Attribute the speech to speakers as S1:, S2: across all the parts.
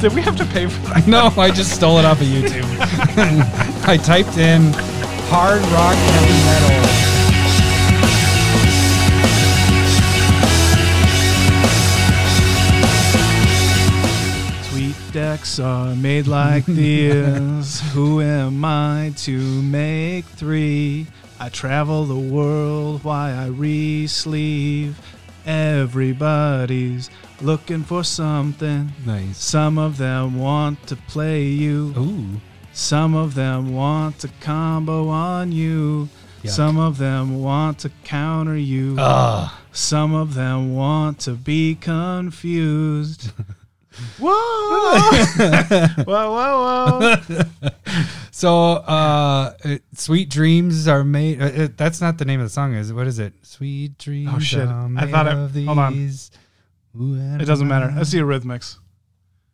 S1: Did we have to pay for that?
S2: No, I just stole it off of YouTube. I typed in hard rock heavy metal.
S3: Sweet decks are made like these. Who am I to make three? I travel the world while I re-sleeve. Everybody's looking for something.
S2: Nice.
S3: Some of them want to play you.
S2: Ooh.
S3: Some of them want to combo on you.
S2: Yuck.
S3: Some of them want to counter you.
S2: Ah.
S3: Some of them want to be confused. whoa! whoa, whoa, whoa.
S2: So, uh, it- sweet dreams are made. Uh, it, that's not the name of the song, is it? What is it? Sweet dreams.
S3: Oh, shit.
S2: Are
S3: I thought
S2: made
S3: it-
S2: Of these.
S3: hold on.
S2: Ooh, I
S3: It doesn't
S2: don't
S3: matter.
S2: know.
S3: That's the Eurythmics.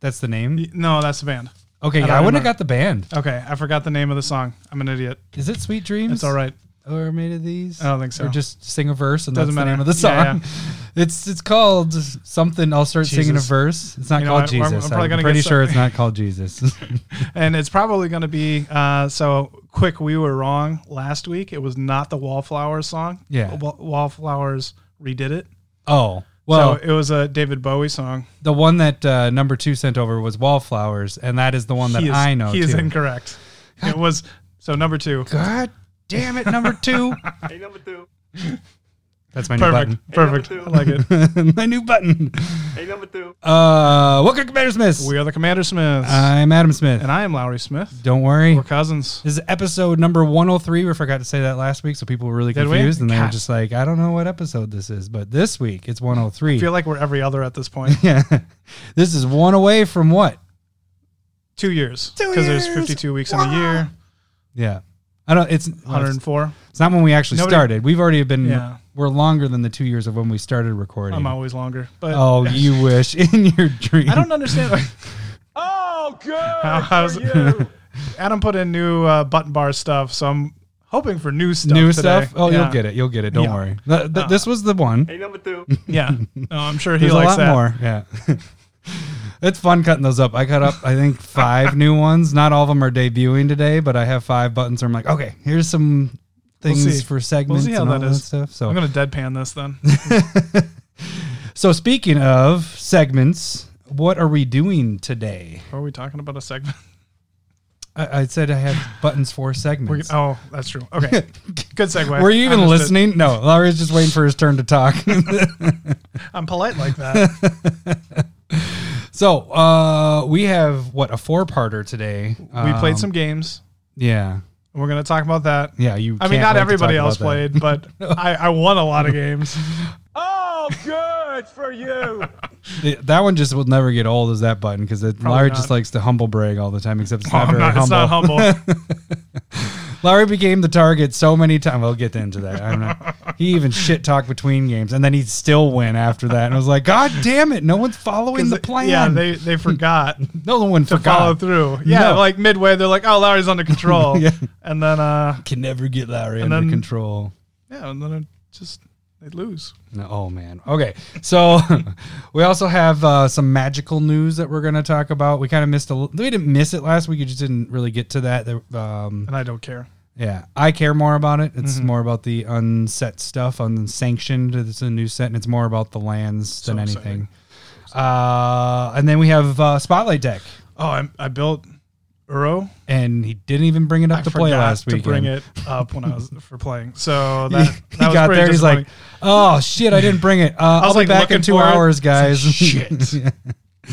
S2: That's the name.
S3: Y- No, that's the band.
S2: Okay,
S3: I
S2: yeah,
S3: don't
S2: I wouldn't have
S3: remember.
S2: got the band.
S3: Okay, I forgot the name of the song. I'm an idiot.
S2: Is it Sweet Dreams?
S3: It's all right.
S2: Or made of these?
S3: I don't think so.
S2: Or just sing a verse and
S3: Doesn't
S2: that's the name of the song.
S3: matter. Yeah,
S2: It's it's called something. I'll start singing a
S3: Jesus.
S2: verse. It's not
S3: You know
S2: called
S3: what? I'm- I'm
S2: Jesus.
S3: probably
S2: I'm,
S3: gonna
S2: pretty
S3: get
S2: sure
S3: some-
S2: it's not called Jesus.
S3: And it's probably going to be uh, so quick. We were wrong last week. It was not the Wallflowers song.
S2: Yeah.
S3: Wa- Wallflowers redid it.
S2: oh well,
S3: so it was a David Bowie song.
S2: the one that uh, number two sent over was Wallflowers, and that is the one that
S3: he is,
S2: I know.
S3: He is
S2: too.
S3: incorrect. It was so number two.
S2: God damn it, number two.
S1: Hey, number two.
S2: That's my
S3: Perfect.
S2: new
S3: Perfect.
S1: number
S3: I
S1: two.
S3: like it.
S2: button. my new button.
S1: Hey, number two.
S2: Uh, welcome, Commander Smith.
S3: We are the Commander Smiths.
S2: I'm Adam Smith.
S3: and I am Lowry Smith.
S2: Don't worry.
S3: We're cousins.
S2: This is episode number 103. We forgot to say that last week, so people were really
S3: Did we?
S2: confused, and they were
S3: God.
S2: just like, I don't know what episode this is, but this week it's 103.
S3: I feel like we're every other at this point.
S2: yeah. This is one away from what?
S3: Two years.
S2: Two
S3: Because there's
S2: years.
S3: 52 weeks in a year,
S2: Yeah. I don't it's
S3: 104.
S2: it's not when we actually
S3: Nobody-
S2: started. We've already been
S3: Yeah.
S2: we're longer than the 2 years of when we started recording.
S3: I'm always longer. But
S2: oh, you wish in your dream.
S3: I don't understand. like,
S1: Oh, good.
S3: how's-
S1: for you.
S3: Adam put in new uh, button bar stuff, so I'm hoping for new stuff.
S2: New
S3: today.
S2: stuff? Oh,
S3: yeah.
S2: you'll get it. You'll get it. Don't
S3: Yeah. Uh,
S2: worry. Th- th- this was the one.
S1: Hey, number two.
S3: Yeah. No, I'm sure he
S2: There's
S3: likes
S2: a lot
S3: that.
S2: more. Yeah. it's fun cutting those up. I cut up, I think, five new ones. Not all of them are debuting today, but I have five buttons where I'm like, okay, here's some things
S3: see.
S2: for segments
S3: how
S2: and all
S3: that
S2: that
S3: is.
S2: stuff. So,
S3: I'm gonna deadpan this then.
S2: so speaking of segments, what are we doing today?
S3: Are we talking about a segment?
S2: I, I said I had buttons for
S3: We're,
S2: segments.
S3: oh, that's true. Okay, good segue.
S2: Were you even
S3: I just did-
S2: listening? No, Larry's just waiting for his turn to talk.
S3: I'm polite like that.
S2: so, uh, we have what a four-parter today.
S3: we
S2: Um,
S3: played some games.
S2: yeah,
S3: and We're gonna talk about that.
S2: yeah. You.
S3: I mean,
S2: can't
S3: not
S2: wait to
S3: everybody
S2: talk
S3: else
S2: about that.
S3: played, but I, I won a lot of games.
S1: Oh, good for you.
S2: Th- That one just will never get old as that button because Larry
S3: not.
S2: just likes to humble brag all the time, except it's
S3: Oh,
S2: not
S3: I'm
S2: very
S3: not-
S2: humble.
S3: It's not humble.
S2: Larry became the target so many times. We'll get into that. I'm not, he even shit talked between games, and then he'd still win after that. And I was like, God damn it! No one's following the plan.
S3: Yeah, they they forgot to
S2: no one forgot.
S3: follow through. Yeah,
S2: No.
S3: like midway, they're like, "Oh, Larry's under control,"
S2: Yeah.
S3: and then uh,
S2: Can never get Larry
S3: And
S2: under
S3: then-
S2: control.
S3: yeah, and then it just they lose.
S2: No, oh man. Okay. So we also have uh, some magical news that we're going to talk about. We kind of missed a. l- We didn't miss it last week. You just didn't really get to that. There- Um,
S3: and I don't care.
S2: Yeah, I care more about it.
S3: Mm-hmm.
S2: It's more about the unset stuff, unsanctioned. It's a new set, and it's more about the lands than
S3: exciting.
S2: anything. Uh, and then we have uh, Spotlight Deck,
S3: Oh, I, I built Uro.
S2: and he didn't even bring it up
S3: I
S2: to play
S3: forgot
S2: last
S3: to
S2: week.
S3: bring it up when I was for playing. So that, that
S2: he
S3: was
S2: got
S3: pretty
S2: there. and He's like,
S3: disappointing.
S2: "Oh shit, I didn't bring it. Uh,
S3: was,
S2: I'll be
S3: like,
S2: back in
S3: looking
S2: two
S3: for it.
S2: hours, guys."
S3: It's like, "Shit."
S2: Yeah.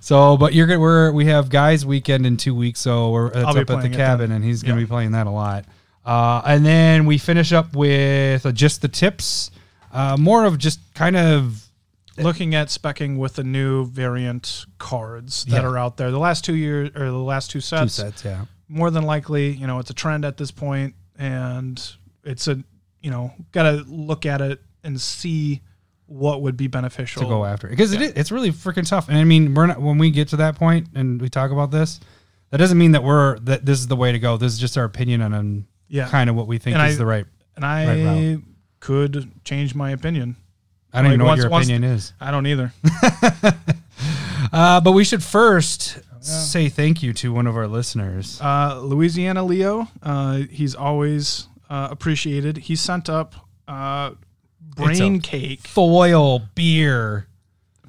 S2: So, but you're good. We're we have guys weekend in two weeks, so we're it's
S3: I'll
S2: up
S3: be
S2: at the
S3: playing it
S2: cabin, and he's gonna
S3: Yeah.
S2: be playing that a lot. Uh, and then we finish up with uh, just the tips, uh, more of just kind of
S3: looking at specking with the new variant cards that
S2: Yeah.
S3: are out there. The last two years or the last two
S2: two
S3: sets,
S2: sets, yeah,
S3: more than likely, you know, it's a trend at this point, and it's a you know got to look at it and see what would be beneficial
S2: to go after because it is, it's really freaking tough. And I mean, we're not when we get to that point and we talk about this, that doesn't mean that we're that this is the way to go. This is just our opinion on, on
S3: Yeah.
S2: kind of what we think
S3: And
S2: is
S3: I-
S2: the right.
S3: And I
S2: Right
S3: could change my opinion.
S2: I don't
S3: like,
S2: even know
S3: once-
S2: what your
S3: once-
S2: opinion is.
S3: I don't either.
S2: Uh, but we should first say thank you to one of our listeners.
S3: Uh, Louisiana Leo, uh, he's always uh, appreciated. He sent up uh, brain cake
S2: Foil beer.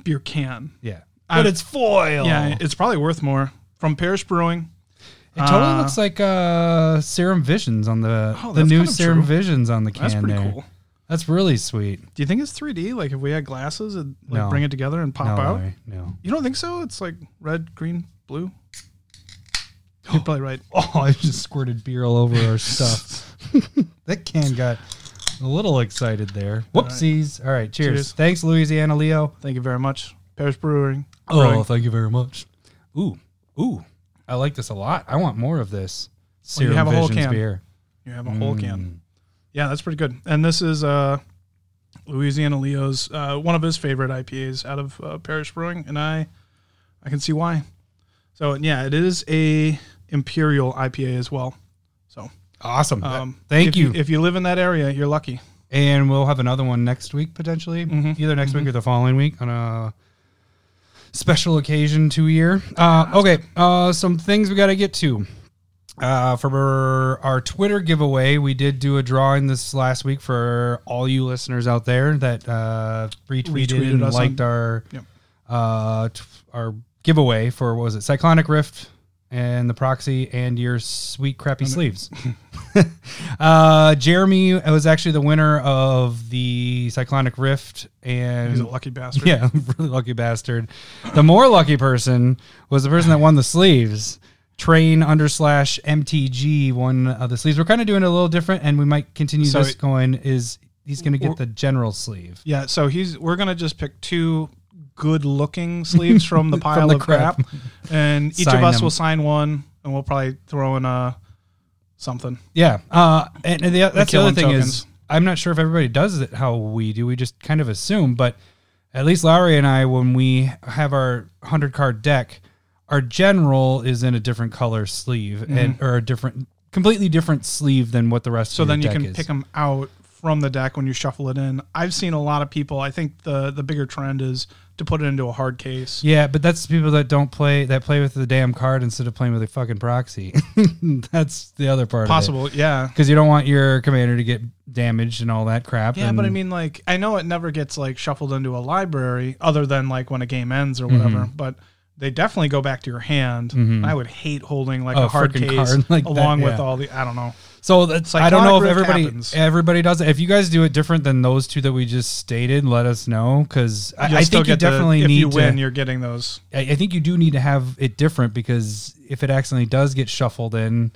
S3: beer can.
S2: Yeah.
S3: I-
S2: But it's foil.
S3: Yeah, it's probably worth more from Parish Brewing.
S2: It totally
S3: Uh,
S2: looks like uh, Serum Visions on the
S3: Oh,
S2: the
S3: that's
S2: new
S3: kind of
S2: Serum
S3: true.
S2: Visions on the can
S3: That's pretty
S2: there.
S3: cool.
S2: That's really sweet.
S3: Do you think it's 3D? Like if we had glasses and like
S2: No.
S3: bring it together and pop
S2: no,
S3: out?
S2: Larry, no.
S3: You don't think so? It's like red, green, blue. You're probably right.
S2: Oh, I just squirted beer all over our stuff. that can got a little excited there. Whoopsies. All right, cheers.
S3: Cheers.
S2: Thanks, Louisiana Leo.
S3: Thank you very much, Parish Brewing.
S2: Oh,
S3: Brewing.
S2: thank you very much. Ooh, ooh, I like this a lot. I want more of this.
S3: Well, you
S2: Serum
S3: have a whole
S2: Visions
S3: can.
S2: beer.
S3: You have a whole
S2: Mm.
S3: can. Yeah, that's pretty good. And this is uh, Louisiana Leo's uh, one of his favorite IPAs out of uh, Parish Brewing, and I I can see why. So yeah, it is a imperial IPA as well. So
S2: Awesome.
S3: um,
S2: thank
S3: if
S2: you. Mm.
S3: If you live in that area, you're lucky.
S2: and we'll have another one next week potentially
S3: Mm-hmm.
S2: either next week or the following week on a special occasion two year uh, okay uh, some things we got to get to uh, for our, our twitter giveaway we did do a drawing this last week for all you listeners out there that uh, retweeted,
S3: Retweeted
S2: and
S3: us on-
S2: liked our
S3: Yep.
S2: uh, t- our giveaway for what was it cyclonic rift and the proxy and your sweet crappy sleeves uh, Jeremy was actually the winner of the Cyclonic Rift,
S3: He's a
S2: and
S3: lucky bastard.
S2: yeah, really lucky bastard. The more lucky person was the person that won the sleeves. Train under slash MTG won uh, the sleeves. We're kind of doing it a little different, and we might continue
S3: So
S2: this
S3: it-
S2: going. Is he's going to get the general sleeve?
S3: Yeah, so he's we're gonna just pick two good looking sleeves from the pile
S2: the
S3: of crap, and each
S2: Sign
S3: of us
S2: them.
S3: will sign one, and we'll probably throw in uh something.
S2: Yeah, uh, and, and the, that's the
S3: killing
S2: other thing is
S3: tokens.
S2: I'm not sure if everybody does it how we do. We just kind of assume, but at least Lowry and I, when we have our hundred card deck, our general is in a different color sleeve and or a different, completely different sleeve than what the rest.
S3: Mm-hmm. So
S2: of your
S3: then you can
S2: deck is.
S3: pick them out from the deck when you shuffle it in. I've seen a lot of people. I think the the bigger trend is to put it into a hard case.
S2: Yeah, but that's the people that don't play that play with the damn card instead of playing with a fucking proxy. that's the other part.
S3: Possible, yeah.
S2: because you don't want your commander to get damaged and all that crap.
S3: Yeah, but I
S2: and-
S3: mean, like, I know it never gets like shuffled into a library, other than like when a game ends or whatever.
S2: Mm-hmm.
S3: But they definitely go back to your hand. I would hate holding like
S2: A
S3: a hard
S2: frickin'
S3: case
S2: card like that,
S3: along with
S2: yeah.
S3: all the. I don't know.
S2: So that's I don't know
S3: Cyclonic
S2: if
S3: rift
S2: everybody
S3: happens.
S2: everybody does it. If you guys do it different than those two that we just stated, let us know because I,
S3: You'll
S2: I
S3: still
S2: think you
S3: get the-
S2: definitely
S3: if
S2: need
S3: you win,
S2: to.
S3: you're getting those.
S2: I, I think you do need to have it different because if it accidentally does get shuffled in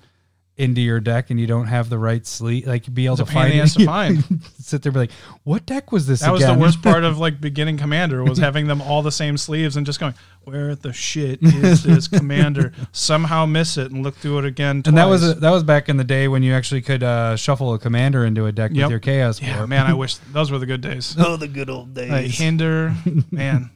S2: into your deck and you don't have the right sleeve, like be able to
S3: a pain in the
S2: find it,
S3: ass to find.
S2: sit there and be like, what deck was this?
S3: That was the
S2: again?"
S3: worst part of like beginning Commander was having them all the same sleeves and just going, where the shit is this Commander? Somehow miss it and look through it again.
S2: And that was
S3: twice.
S2: a, that was back in the day when you actually could uh, shuffle a commander into a deck with
S3: Yep.
S2: your chaos.
S3: yeah,
S2: Warp.
S3: man. I wish those were the good days.
S1: Oh, the good old days.
S3: Like, hinder, man.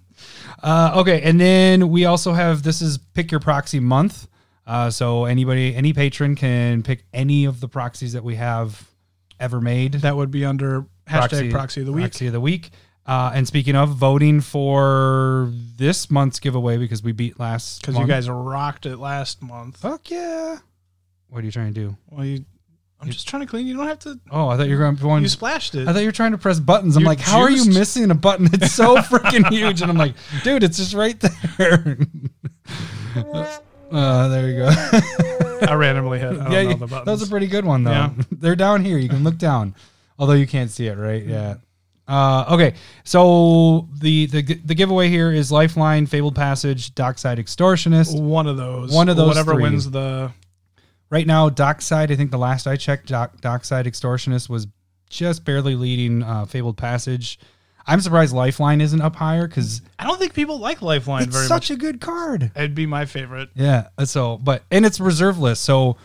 S2: Uh, okay, and then we also have this is pick your proxy month. Uh, so anybody, any patron can pick any of the proxies that we have ever made.
S3: That would be under hashtag proxy, of the week.
S2: Proxy of the week. Uh, and speaking of voting for this month's giveaway because we beat last
S3: because you
S2: month.
S3: guys rocked it last month.
S2: fuck yeah. What are you trying to do?
S3: Well, you, I'm just trying to clean. You don't have to.
S2: Oh, I thought you were going to
S3: You
S2: want.
S3: splashed it.
S2: I thought you were trying to press buttons. I'm
S3: You're
S2: like, how are you
S3: juiced.
S2: missing a button? It's so freaking huge. And I'm like, dude, it's just right there. uh, there you go.
S3: I randomly hit. I don't
S2: yeah,
S3: know
S2: you-
S3: the
S2: that
S3: buttons.
S2: was a pretty good one though.
S3: Yeah.
S2: They're down here. You can look down, although you can't see it, right?
S3: Mm-hmm.
S2: Yeah. Uh, okay, so the, the the giveaway here is Lifeline, Fabled Passage, Dockside Extortionist.
S3: one of those.
S2: One of those
S3: Whatever
S2: three.
S3: wins the.
S2: Right now, Dockside. I think the last I checked, Dock, Dockside Extortionist was just barely leading uh, Fabled Passage. I'm surprised Lifeline isn't up higher because
S3: I don't think people like Lifeline
S2: it's
S3: Mm-hmm. very
S2: such
S3: much.
S2: a good card.
S3: It'd be my favorite.
S2: Yeah. uh, So, but and it's reserve list, so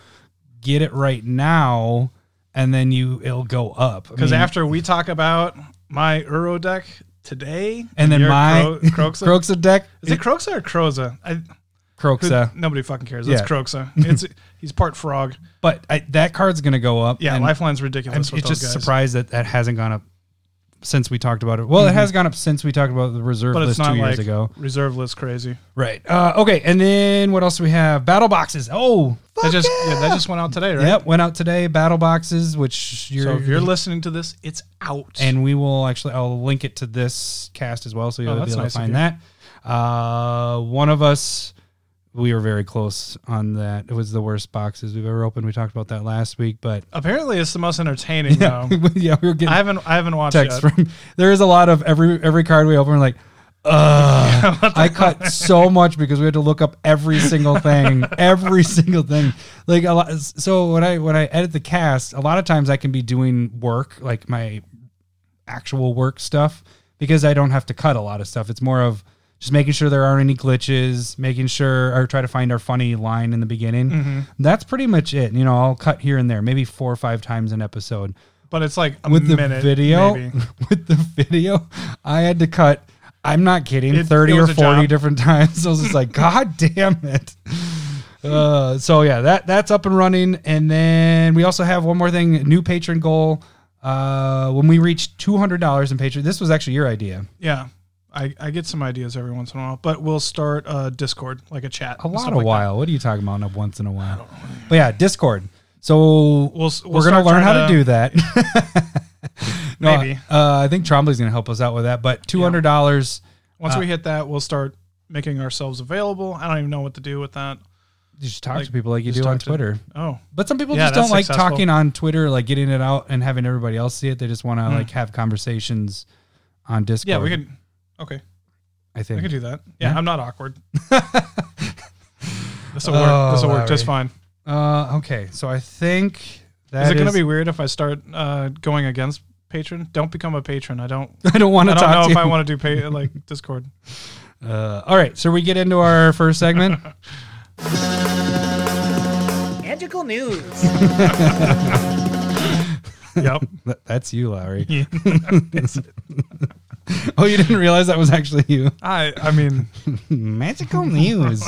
S2: get it right now, and then you it'll go up I
S3: Because
S2: mean-
S3: after we talk about my Euro deck today,
S2: and then
S3: your
S2: my
S3: Cro- Croxa.
S2: Croxa deck
S3: is it Croxa or Croza? I, who-
S2: Croxa,
S3: nobody fucking cares.
S2: Yeah.
S3: It's Croxa. It's he's part frog.
S2: but I, that card's gonna go up.
S3: Yeah,
S2: and
S3: Lifeline's
S2: I'm
S3: ridiculous. with
S2: it's
S3: those
S2: just
S3: guys.
S2: surprised that that hasn't gone up since we talked about it. Well, it has gone up since we talked about the reserve
S3: Mm-hmm. but it's
S2: list two
S3: not
S2: years
S3: like
S2: ago.
S3: reserve list crazy.
S2: Right. Uh, okay, and then what else do we have? Battle boxes. Oh,
S3: That
S2: fuck
S3: just
S2: yeah.
S3: yeah, that just went out today, right?
S2: Yep, went out today. Battle boxes, which you're,
S3: So if you're listening to this, it's out.
S2: and we will actually I'll link it to this cast as well, so you'll be
S3: that's
S2: able
S3: nice
S2: to
S3: of
S2: find that. Uh, one of us, we were very close on that. It was the worst boxes we've ever opened. We talked about that last week, but um,
S3: apparently it's the most entertaining
S2: yeah,
S3: though.
S2: yeah, we were
S3: I
S2: getting
S3: haven't I haven't watched
S2: text
S3: yet.
S2: from. There is a lot of every every card we open, we're like. Uh, I cut so much because we had to look up every single thing, every single thing. Like a lot. So when I when I edit the cast, a lot of times I can be doing work, like my actual work stuff, because I don't have to cut a lot of stuff. It's more of just making sure there aren't any glitches, making sure or try to find our funny line in the beginning. That's pretty much it. You know, I'll cut here and there, maybe four or five times an episode
S3: But it's like a
S2: with the
S3: minute,
S2: video
S3: maybe.
S2: with the video i had to cut i'm not kidding
S3: It-
S2: 30
S3: it
S2: or
S3: was a
S2: 40
S3: job.
S2: different times i was just like god damn it uh, so yeah that that's up and running and then we also have one more thing new patron goal uh, when we reach $200 in patron this was actually your idea
S3: Yeah. I, I get some ideas every once in a while, but we'll start a Discord, like a chat.
S2: a
S3: and
S2: lot
S3: stuff
S2: of
S3: like
S2: while what are you talking about not once in a while but yeah discord so
S3: We'll
S2: we
S3: s- we'll
S2: are
S3: start
S2: going to learn how
S3: trying
S2: to do that No,
S3: Maybe.
S2: uh, i think trombley's going to help us out with that but $200
S3: that. Once
S2: uh,
S3: we hit that, we'll start making ourselves available. I don't even know what to do with that.
S2: You just talk
S3: Like,
S2: to people like you
S3: just
S2: do on
S3: talk to-
S2: Twitter.
S3: Oh,
S2: But some people
S3: Yeah,
S2: just don't
S3: that's
S2: like
S3: successful.
S2: talking on Twitter, like getting it out and having everybody else see it. They just want to like have conversations on Discord.
S3: Hmm. yeah, we could. Okay,
S2: I
S3: we
S2: think.
S3: could do that. Yeah,
S2: Yeah.
S3: I'm not awkward. this will
S2: Oh,
S3: work. this will work just fine.
S2: Uh, okay, so I think that
S3: Is it going to
S2: is-
S3: be weird if I start uh, going against patron? Don't become a patron. I don't.
S2: I don't want
S3: I
S2: to
S3: don't
S2: talk
S3: know
S2: to
S3: if
S2: you.
S3: I want to do pay, like Discord.
S2: uh, all right, so we get into our first segment.
S1: Magical news.
S3: Yep.
S2: Th- That's you, Lowry. oh, you didn't realize that was actually you.
S3: I I mean
S2: Magical news.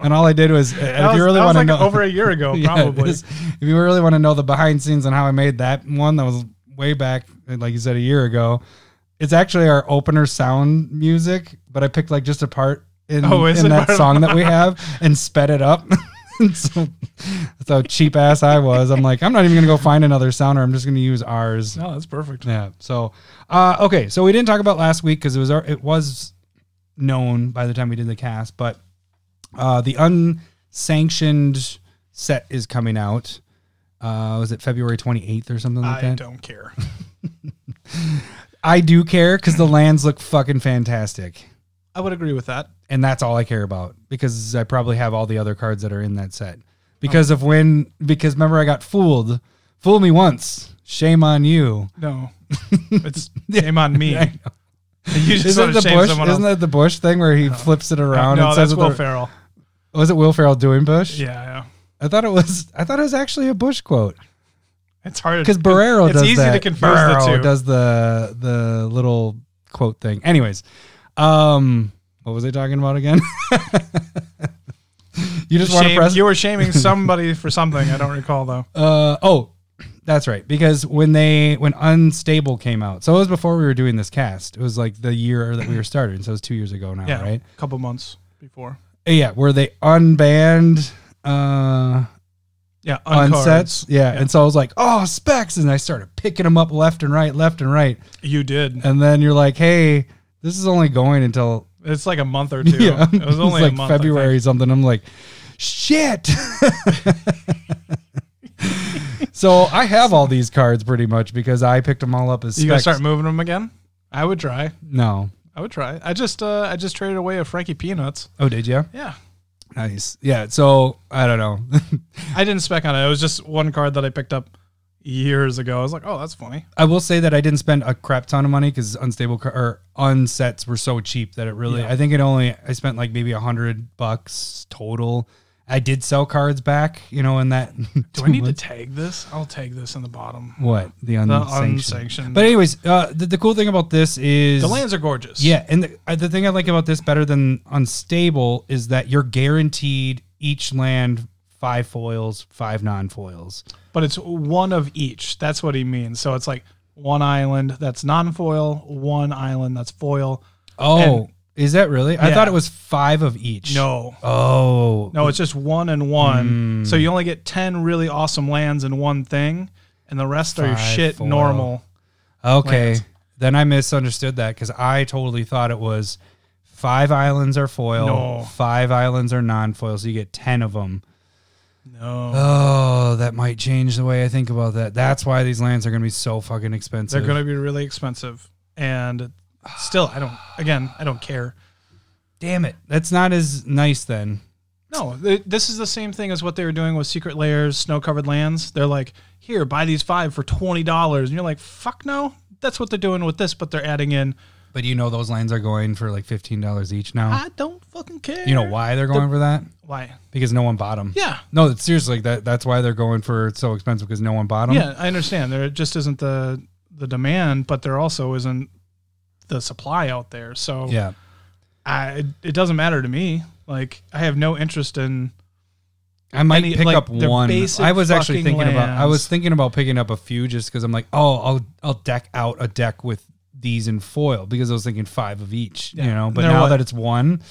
S2: and all I did was, uh,
S3: that
S2: if
S3: was,
S2: you really
S3: that was
S2: want to
S3: like
S2: know,
S3: over a year ago
S2: Yeah,
S3: probably.
S2: this- if you really want to know the behind scenes on how I made that one, that was way back, like you said, a year ago. It's actually our opener sound music, but I picked like just a part in,
S3: Oh, is
S2: in
S3: it
S2: that
S3: part of-
S2: song that we have and sped it up. And so, that's how cheap ass I was. I'm like, I'm not even gonna go find another sounder. I'm just gonna use ours.
S3: no, that's perfect.
S2: Yeah. So, uh, okay. So we didn't talk about last week because it was our, it was known by the time we did the cast, but uh, the unsanctioned set is coming out. Uh, was it February 28th or something like
S3: I
S2: that?
S3: don't care.
S2: I do care because the lands look fucking fantastic,
S3: I would agree with that.
S2: and that's all I care about because I probably have all the other cards that are in that set because of when because remember I got fooled, fool me once, shame on you.
S3: No, it's shame on me.
S2: I know.
S3: You just
S2: Isn't
S3: want
S2: it
S3: to
S2: the
S3: shame
S2: Bush?
S3: someone
S2: Isn't
S3: else.
S2: that the Bush thing where he flips it around
S3: no, that's
S2: and says
S3: Will
S2: what the-
S3: Ferrell.
S2: was it Will Ferrell doing Bush?
S3: Yeah, yeah.
S2: I thought it was. I thought it was actually a Bush quote
S3: It's hard
S2: because Barrero
S3: It's
S2: does
S3: easy
S2: that.
S3: to confuse the
S2: Barrero
S3: two.
S2: does the the little quote thing. Anyways, um, what was I talking about again? you just want to
S3: Shame-
S2: press.
S3: you were shaming somebody for something. I don't recall though.
S2: Uh, oh, that's right. Because when they when Unstable came out, so it was before we were doing this cast. It was like the year that we were starting. So it was two years ago now,
S3: yeah,
S2: right?
S3: A couple months before.
S2: Yeah, where they unbanned. Uh,
S3: Yeah,
S2: on
S3: uncards.
S2: sets. Yeah. And so I was like, oh, specs. And I started picking them up left and right, left and right.
S3: You did.
S2: And then you're like, hey, this is only going until
S3: It's like a month or two.
S2: yeah,
S3: It was only
S2: like
S3: a month. I think.
S2: February something. I'm like, shit. so I have all these cards pretty much because I picked them all up as
S3: You gonna
S2: specs.
S3: start moving them again? I would try.
S2: no.
S3: I would try. I just uh, I just traded away a Frankie Peanuts.
S2: Oh, did you?
S3: Yeah.
S2: Nice. Yeah. So I don't know.
S3: I didn't spec on it. It was just one card that I picked up years ago. I was like, oh, that's funny.
S2: I will say that I didn't spend a crap ton of money because unstable car- or unsets were so cheap that it really. I think it only I spent like maybe a hundred bucks total. I did sell cards back, you know, in that.
S3: Do I need to tag this? I'll tag this in the bottom.
S2: what
S3: The
S2: the unsanctioned?
S3: unsanctioned.
S2: But anyways, uh, the, the cool thing about this is
S3: the lands are gorgeous.
S2: Yeah, and the, uh, the thing I like about this better than unstable is that you're guaranteed each land five foils, five non foils.
S3: But it's one of each. That's what he means. So it's like one island that's non-foil, one island that's foil.
S2: Oh, is that really? I
S3: Yeah.
S2: thought it was five of each.
S3: No,
S2: Oh.
S3: no, it's just one and
S2: Hmm.
S3: one. So you only get ten really awesome lands in one thing, and the rest are your
S2: Five,
S3: shit
S2: foil.
S3: normal.
S2: Okay.
S3: lands.
S2: Then I misunderstood that because I totally thought it was five islands are foil,
S3: No.
S2: five islands are non foil. So you get 10 of them.
S3: No,
S2: Oh, that might change the way I think about that. That's why these lands are going to be so fucking expensive.
S3: they're going to be really expensive, and still, I don't. Again, I don't care.
S2: Damn it. That's not as nice then.
S3: No, th- this is the same thing as what they were doing with Secret Layers, Snow Covered Lands. They're like, here, buy these five for twenty dollars, and you're like, fuck no. That's what they're doing with this, but they're adding in.
S2: But you know those lands are going for like $15 each now.
S3: I don't fucking care.
S2: you know why they're going for that?
S3: Why?
S2: Because no one bought them.
S3: Yeah,
S2: No, it's seriously that that's why they're going for it's so expensive because no one bought them.
S3: yeah, I understand. There just isn't the the demand, but there also isn't the supply out there. So
S2: Yeah.
S3: I, it- it doesn't matter to me. Like I have no interest in.
S2: I might
S3: Any-
S2: pick
S3: like,
S2: up
S3: they're
S2: one.
S3: basic
S2: I was actually
S3: fucking
S2: thinking about I
S3: lands.
S2: was thinking about picking up a few just because I'm like, oh, I'll I'll deck out a deck with these in foil because I was thinking five of each, you
S3: Yeah.
S2: know. But
S3: They're
S2: now
S3: what?
S2: that it's one,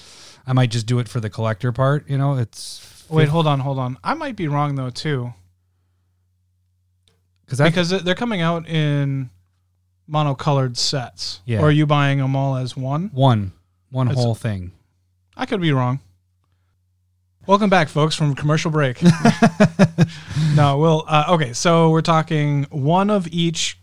S2: I might just do it for the collector part, you know. It's
S3: Wait, hold on, hold on. I might be wrong though too,
S2: because I
S3: because they're coming out in monocolored sets.
S2: Yeah.
S3: Or are you buying them all as one?
S2: one one
S3: It's-
S2: whole thing.
S3: I could be wrong. Welcome back, folks, from commercial break. no, well, uh, okay. So we're talking one of each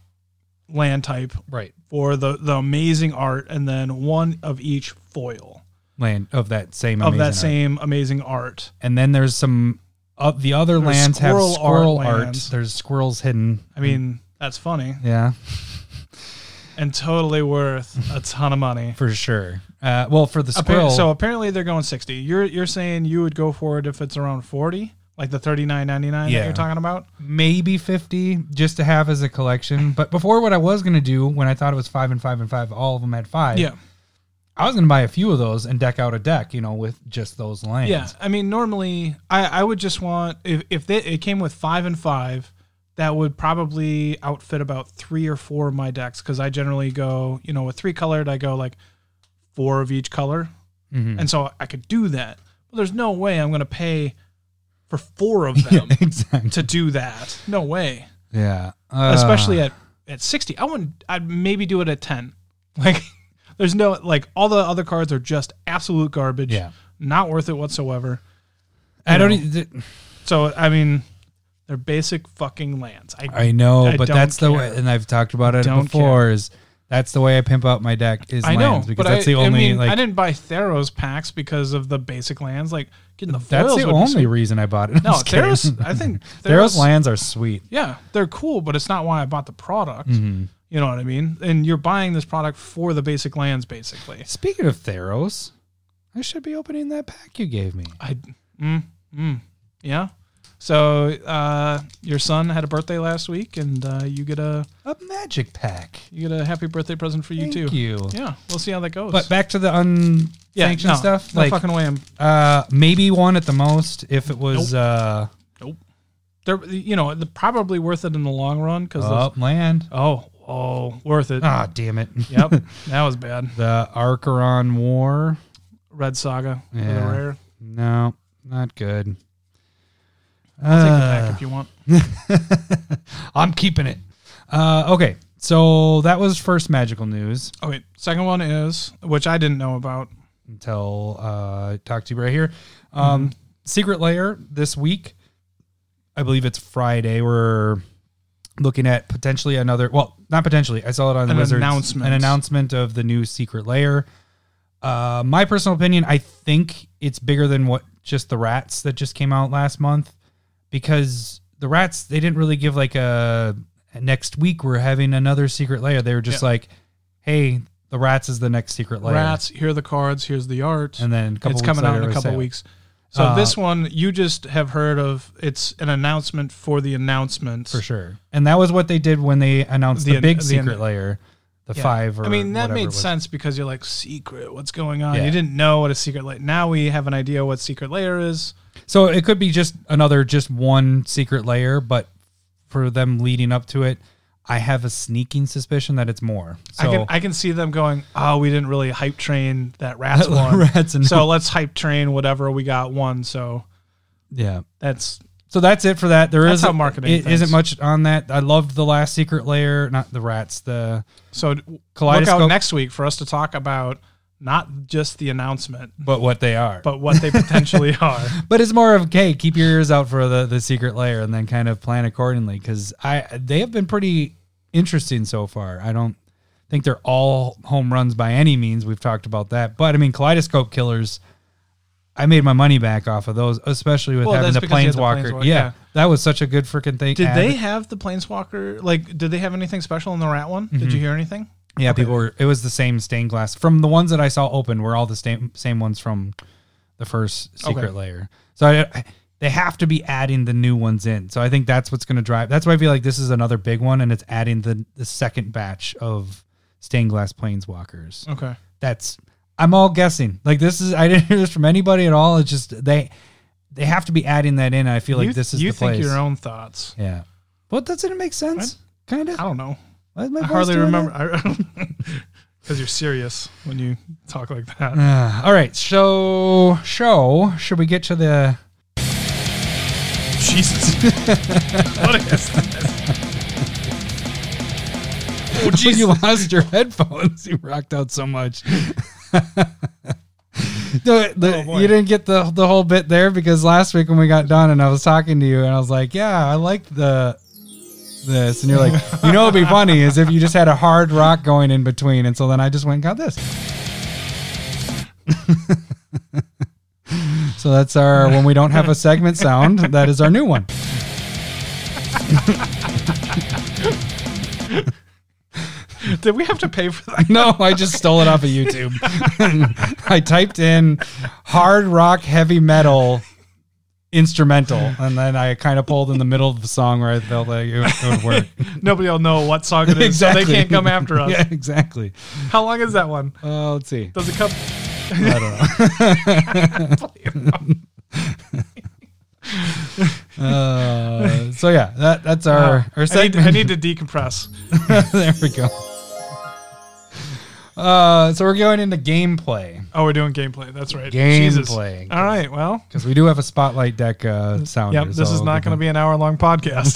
S3: land type
S2: Right.
S3: for the the amazing art, and then one of each foil
S2: Land of that same
S3: of
S2: amazing
S3: that
S2: art.
S3: same amazing art.
S2: and then there's some of the other
S3: There's
S2: lands
S3: squirrel
S2: have
S3: art
S2: squirrel art.
S3: lands.
S2: There's squirrels hidden.
S3: I
S2: Mm.
S3: mean, that's funny
S2: Yeah.
S3: and totally worth a ton of money.
S2: For sure. Uh, well, for the
S3: Appar-
S2: squirrel,
S3: so apparently they're going sixty. You're you're saying you would go for it if it's around forty, like the thirty nine ninety nine that
S2: Yeah.
S3: you're talking about.
S2: maybe 50 just to have as a collection. But before, what I was going to do when I thought it was five and five and five, all of them had five.
S3: Yeah,
S2: I was going to buy a few of those and deck out a deck, you know, with just those lands.
S3: yeah. I mean, normally I I would just want if if they, it came with five and five. That would probably outfit about three or four of my decks because I generally go, you know, with three colored, I go like four of each color.
S2: Mhm.
S3: And so I could do that. But there's no way I'm going to pay for four of them
S2: exactly.
S3: to do that. No way.
S2: Yeah. Uh,
S3: Especially at at 60. I wouldn't I'd maybe do it at 10. Like there's no like all the other cards are just absolute garbage.
S2: Yeah.
S3: Not worth it whatsoever.
S2: I
S3: you
S2: don't.
S3: know.
S2: e- th-
S3: So I mean they're basic fucking lands. I,
S2: I know,
S3: I
S2: but
S3: don't
S2: that's the way,
S3: care.
S2: and I've talked about it
S3: Don't
S2: before. Is that's the way I pimp out my deck is
S3: I know,
S2: lands
S3: but
S2: because that's
S3: I,
S2: the only
S3: I mean,
S2: like
S3: I didn't buy Theros packs because of the basic lands. Like getting the
S2: that's
S3: foils
S2: the
S3: would be
S2: only
S3: sweet.
S2: reason I bought it. I'm
S3: No,
S2: just kidding.
S3: Theros. I think
S2: Theros lands are sweet.
S3: Yeah, they're cool, but it's not why I bought the product.
S2: Mm-hmm.
S3: You know what I mean? And you're buying this product for the basic lands, basically.
S2: Speaking of Theros, I should be opening that pack you gave me.
S3: I, mm, mm, yeah. So uh, your son had a birthday last week, and uh, you get a
S2: A magic pack.
S3: you get a happy birthday present for you
S2: Thank
S3: too.
S2: you.
S3: Yeah, we'll see how that goes.
S2: But back to the unsanctioned
S3: yeah, no,
S2: stuff.
S3: no
S2: like
S3: fucking way. I'm,
S2: uh, maybe one at the most if it was uh,
S3: they're you know they're probably worth it in the long run because
S2: up land.
S3: oh oh worth it.
S2: Ah, damn it.
S3: Yep, that was bad.
S2: the Archeron War.
S3: Red Saga for the
S2: Yeah.
S3: rare.
S2: No, not good.
S3: I'll take
S2: Uh,
S3: it back if you want.
S2: I'm keeping it. Uh, okay, so that was first magical news
S3: Okay, second one is which I didn't know about.
S2: until uh, I talked to you right here. Um,
S3: Mm-hmm.
S2: Secret Layer this week. I believe it's Friday. We're looking at potentially another. Well, not potentially. I saw it on
S3: An
S2: Wizards.
S3: announcement.
S2: An announcement of the new Secret Layer. Uh, my personal opinion, I think it's bigger than what just the rats that just came out last month, because the rats they didn't really give like a next week we're having another Secret Layer. They were just
S3: Yeah.
S2: like, hey, the rats is the next Secret Layer.
S3: Rats, here are the cards, here's the art.
S2: And then a couple
S3: it's
S2: weeks
S3: coming
S2: later,
S3: out in
S2: it
S3: a
S2: was
S3: couple
S2: sale.
S3: weeks. So
S2: Uh,
S3: this one you just have heard of. It's an announcement for the announcement.
S2: for sure. And that was what they did when they announced the,
S3: The-
S2: big
S3: the-
S2: secret layer, the
S3: Yeah.
S2: five. Or
S3: I mean that
S2: whatever it
S3: made
S2: was.
S3: sense because you're like secret. What's going on?
S2: Yeah.
S3: You didn't know what a secret layer. Now we have an idea what secret layer is.
S2: So it could be just another, just one secret layer, but for them leading up to it, I have a sneaking suspicion that it's more. So
S3: I can I can see them going. Oh, we didn't really hype train that rats one.
S2: Rats and-
S3: so let's hype train whatever we got one. So
S2: yeah.
S3: that's
S2: So that's it for that. There
S3: That's
S2: isn't-
S3: how marketing
S2: it
S3: thinks.
S2: isn't much on that. I loved the last secret layer, not the rats, the
S3: so. d- Look out
S2: Kaleidoscope.
S3: next week for us to talk about not just the announcement,
S2: but what they are.
S3: but what they potentially are.
S2: But it's more of okay, keep your ears out for the the secret layer and then kind of plan accordingly because I they have been pretty interesting so far. I don't think they're all home runs by any means. We've talked about that, but I mean, Kaleidoscope Killers. I made my money back off of those, especially with
S3: Well,
S2: having
S3: that's
S2: the
S3: because you had the
S2: planeswalker.
S3: Planeswalker,
S2: yeah,
S3: yeah.
S2: that was such a good freaking thing.
S3: Did
S2: Ad-
S3: they have the planeswalker? Like, did they have anything special in the rat one? Did you hear anything?
S2: Yeah, people were. It was the same stained glass from the ones that I saw open were all the same same ones from the first secret
S3: Okay.
S2: layer. So I, I- they have to be adding the new ones in. So I think that's what's going to drive. That's why I feel like this is another big one, and it's adding the the second batch of stained glass planeswalkers.
S3: Okay.
S2: That's I'm all guessing. Like this is I didn't hear this from anybody at all. It's just they they have to be adding that in. I feel like
S3: you,
S2: this is
S3: you
S2: the
S3: think
S2: place.
S3: your own thoughts.
S2: yeah, but doesn't it make sense? Kind
S3: I
S2: of.
S3: don't know. I hardly remember because you're serious when you talk like that.
S2: Uh, all right, so show should we get to the?
S3: Jesus, what is this? Oh,
S2: When you
S3: Jesus.
S2: lost your headphones, you rocked out so much. The- the-
S3: Oh, boy.
S2: you didn't get the the whole bit there because last week when we got done and I was talking to you and I was like, yeah, I like the this, and you're like, you know, what'd be funny is if you just had a hard rock going in between, and so then I just went and got this. so that's our when we don't have a segment sound. That is our new one.
S3: Did we have to pay for that?
S2: No, I just stole it off of YouTube. I typed in hard rock heavy metal instrumental, and then I kind of pulled in the middle of the song where I felt like it, would- it would work.
S3: Nobody will know what song it is, so they can't come after us.
S2: Yeah, exactly.
S3: How long is that one?
S2: Uh, let's see.
S3: Does it come?
S2: I don't know. uh, so yeah, that that's our our
S3: I, need,
S2: segment.
S3: I need to decompress.
S2: there we go. Uh, so we're going into gameplay.
S3: Oh, we're doing gameplay. That's right. Jesus.
S2: Gameplay.
S3: All right. Well,
S2: Because we do have a spotlight deck uh, sound.
S3: yep. This is not going to be an hour long podcast.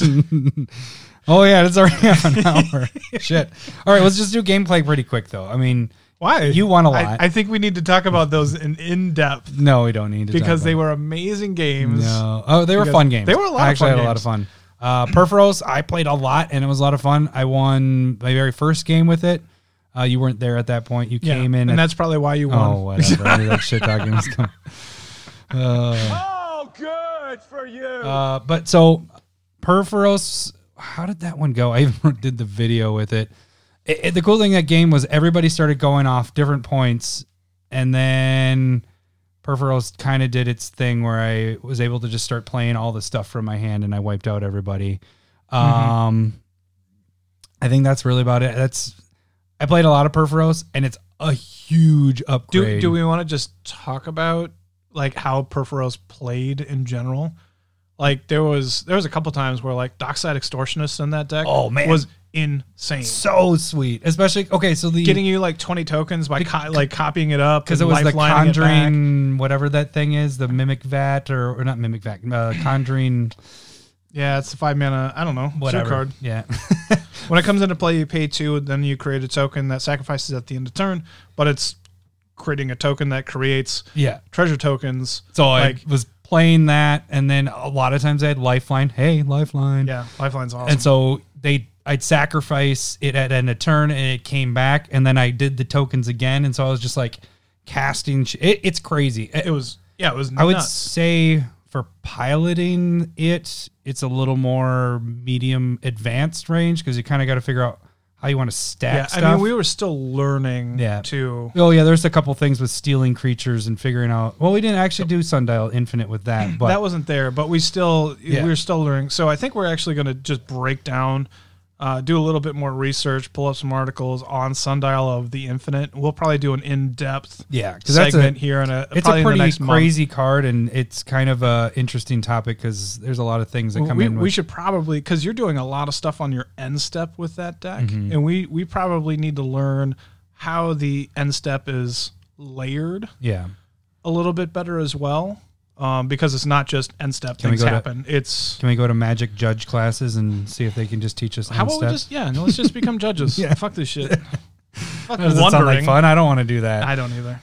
S2: Oh yeah, it's already half an hour. Shit. All right, let's just do gameplay pretty quick though. I mean,
S3: Why?
S2: You won a
S3: I-
S2: lot.
S3: I, think we need to talk about those in, in depth
S2: no, we don't need to talk
S3: because they
S2: about
S3: were amazing
S2: it.
S3: games.
S2: no. Oh, they were
S3: Because
S2: fun games.
S3: they were a lot
S2: I
S3: of
S2: actually
S3: fun
S2: had a lot of fun. Uh, Perforos, I played a lot and it was a lot of fun. I won my very first game with it. Uh, you weren't there at that point. You
S3: Yeah,
S2: came in
S3: and
S2: at-
S3: that's probably why you won.
S2: oh whatever. I knew that shit talking was coming.
S1: Oh, good for you.
S2: Uh, but so Perforos, how did that one go? I even did the video with it. It- it- The cool thing that game was everybody started going off different points, and then Perforos kind of did its thing where I was able to just start playing all the stuff from my hand, and I wiped out everybody.
S3: Mm-hmm.
S2: Um, I think that's really about it. That's I played a lot of Perforos, and it's a huge
S3: do
S2: upgrade.
S3: do we want to just talk about like how Perforos played in general? Like there was there was a couple times where like Dockside Extortionist in that deck.
S2: Oh, man.
S3: was insane.
S2: so sweet, especially okay. So the
S3: Getting you like twenty tokens by co- like copying it up
S2: because it
S3: and
S2: was the
S3: lifelining it back.
S2: conjuring whatever that thing is the mimic vat or, or not mimic vat uh, conjuring
S3: Yeah, it's the five mana. I don't know. it's your
S2: whatever
S3: card.
S2: yeah
S3: When it comes into play, you pay two, and then you create a token that sacrifices at the end of turn, but it's creating a token that creates
S2: yeah
S3: treasure tokens.
S2: so
S3: like,
S2: i was playing that and then a lot of times i had lifeline hey lifeline
S3: yeah, Lifeline's awesome.
S2: and so they i'd sacrifice it at end of turn and it came back and then i did the tokens again and so i was just like casting sh- it, it's crazy
S3: it was, yeah, it was nuts.
S2: I would say for piloting it, it's a little more medium advanced range because you kind of got to figure out how you want to stack
S3: yeah,
S2: stuff.
S3: I mean, we were still learning
S2: Yeah.
S3: to.
S2: oh yeah, there's a couple things with stealing creatures and figuring out. Well, we didn't actually do Sundial Infinite with that, but
S3: that wasn't there, but we still
S2: Yeah.
S3: we were still learning. So I think we're actually going to just break down uh, do a little bit more research, pull up some articles on Sundial of the Infinite. We'll probably do an in depth
S2: Yeah, because that's a
S3: segment here in a
S2: it's
S3: probably
S2: a
S3: in the
S2: pretty
S3: next month.
S2: crazy card, and it's kind of a interesting topic because there's a lot of things that
S3: Well,
S2: come
S3: we,
S2: in. With,
S3: we should probably because you're doing a lot of stuff on your end step with that deck,
S2: Mm-hmm.
S3: and we we probably need to learn how the end step is layered
S2: yeah,
S3: a little bit better as well, um, because it's not just end step
S2: Can we
S3: things
S2: go to-
S3: happen. it's
S2: can we go to magic judge classes and see if they can just teach us?
S3: how
S2: end
S3: about
S2: steps?
S3: we just yeah, no, let's just become judges.
S2: Yeah.
S3: Fuck this shit. Fuck
S2: Does it sound like
S3: wondering.
S2: fun? I don't want to do that.
S3: I don't either.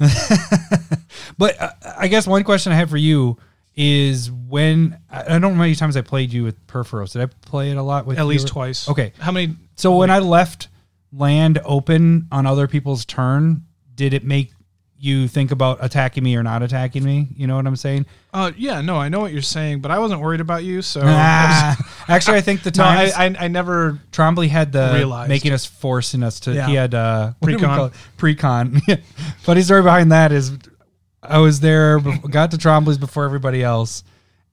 S2: But uh, I guess one question I have for you is when I I don't know how many times I played you with Perforos. Did I play it a lot with
S3: At least
S2: your-
S3: twice.
S2: Okay.
S3: How many?
S2: So when I left land open on other people's turn, did it make you think about attacking me or not attacking me? You know what I'm saying?
S3: Uh, yeah, no, I know what you're saying, but I wasn't worried about you, so
S2: Ah. actually, I think the
S3: no, I,
S2: times
S3: I I never
S2: Trombley had the
S3: Realized.
S2: making us forcing us to.
S3: Yeah.
S2: He had uh, what do we
S3: Pre-con.
S2: call it? Pre-con. Funny story behind that is, I was there, bef- got to Trombley's before everybody else,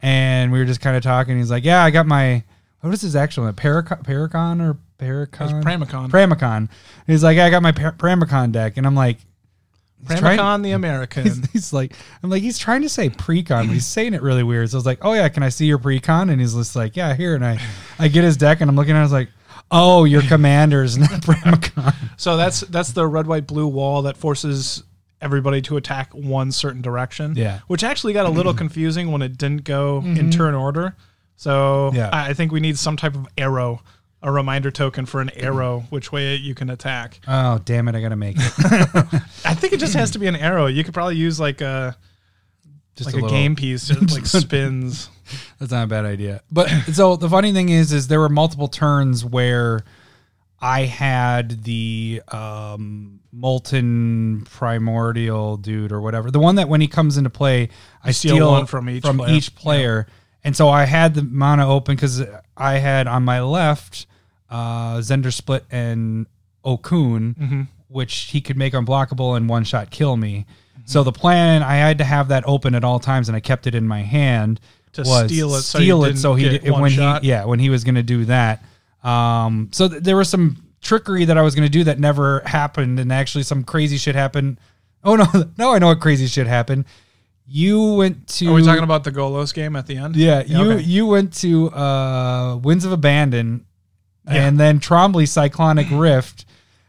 S2: and we were just kind of talking. He's like, "Yeah, I got my what is his actual name? Paracon, Paracon or Paracon?
S3: Pramicon.
S2: Pramicon. He's like, "Yeah, I got my par- Pramicon deck," and I'm like, he's trying-
S3: Pramicon the American.
S2: He's, he's like, I'm like, he's trying to say pre-con, but he's saying it really weird. So I was like, oh yeah, can I see your pre-con? And he's just like, yeah, here. And I, I get his deck, and I'm looking at, it, I was like, oh, your commander's not pre-con.
S3: So that's that's the red, white, blue wall that forces everybody to attack one certain direction.
S2: Yeah.
S3: Which actually got a little confusing when it didn't go in turn order. So
S2: Yeah.
S3: I I think we need some type of arrow, a reminder token for an arrow, which way you can attack.
S2: Oh damn it, I gotta make it.
S3: I think it just has to be an arrow. You could probably use like a
S2: Just
S3: like
S2: a
S3: a,
S2: little-
S3: game piece, that like spins.
S2: That's not a bad idea. But so the funny thing is, is there were multiple turns where I had the um, molten primordial dude or whatever, the one that when he comes into play, I
S3: steal
S2: steal,
S3: one from each
S2: from
S3: player.
S2: each player. And so I had the mana open because I had on my left uh, Zender Split and Okun,
S3: Mm-hmm.
S2: which he could make unblockable and one shot kill me. So the plan I had to have that open at all times, and I kept it in my hand
S3: To
S2: was
S3: steal it so you
S2: steal it
S3: didn't
S2: so he
S3: get
S2: did,
S3: one
S2: when
S3: shot.
S2: he yeah when he was going to do that. Um, so th- there was some trickery that I was going to do that never happened, and actually some crazy shit happened. Oh no, now I know what crazy shit happened. You went to
S3: Are we talking about the Golos game at the end?
S2: yeah, you
S3: okay.
S2: you went to uh Winds of Abandon
S3: Yeah.
S2: and then Trombley Cyclonic Rift.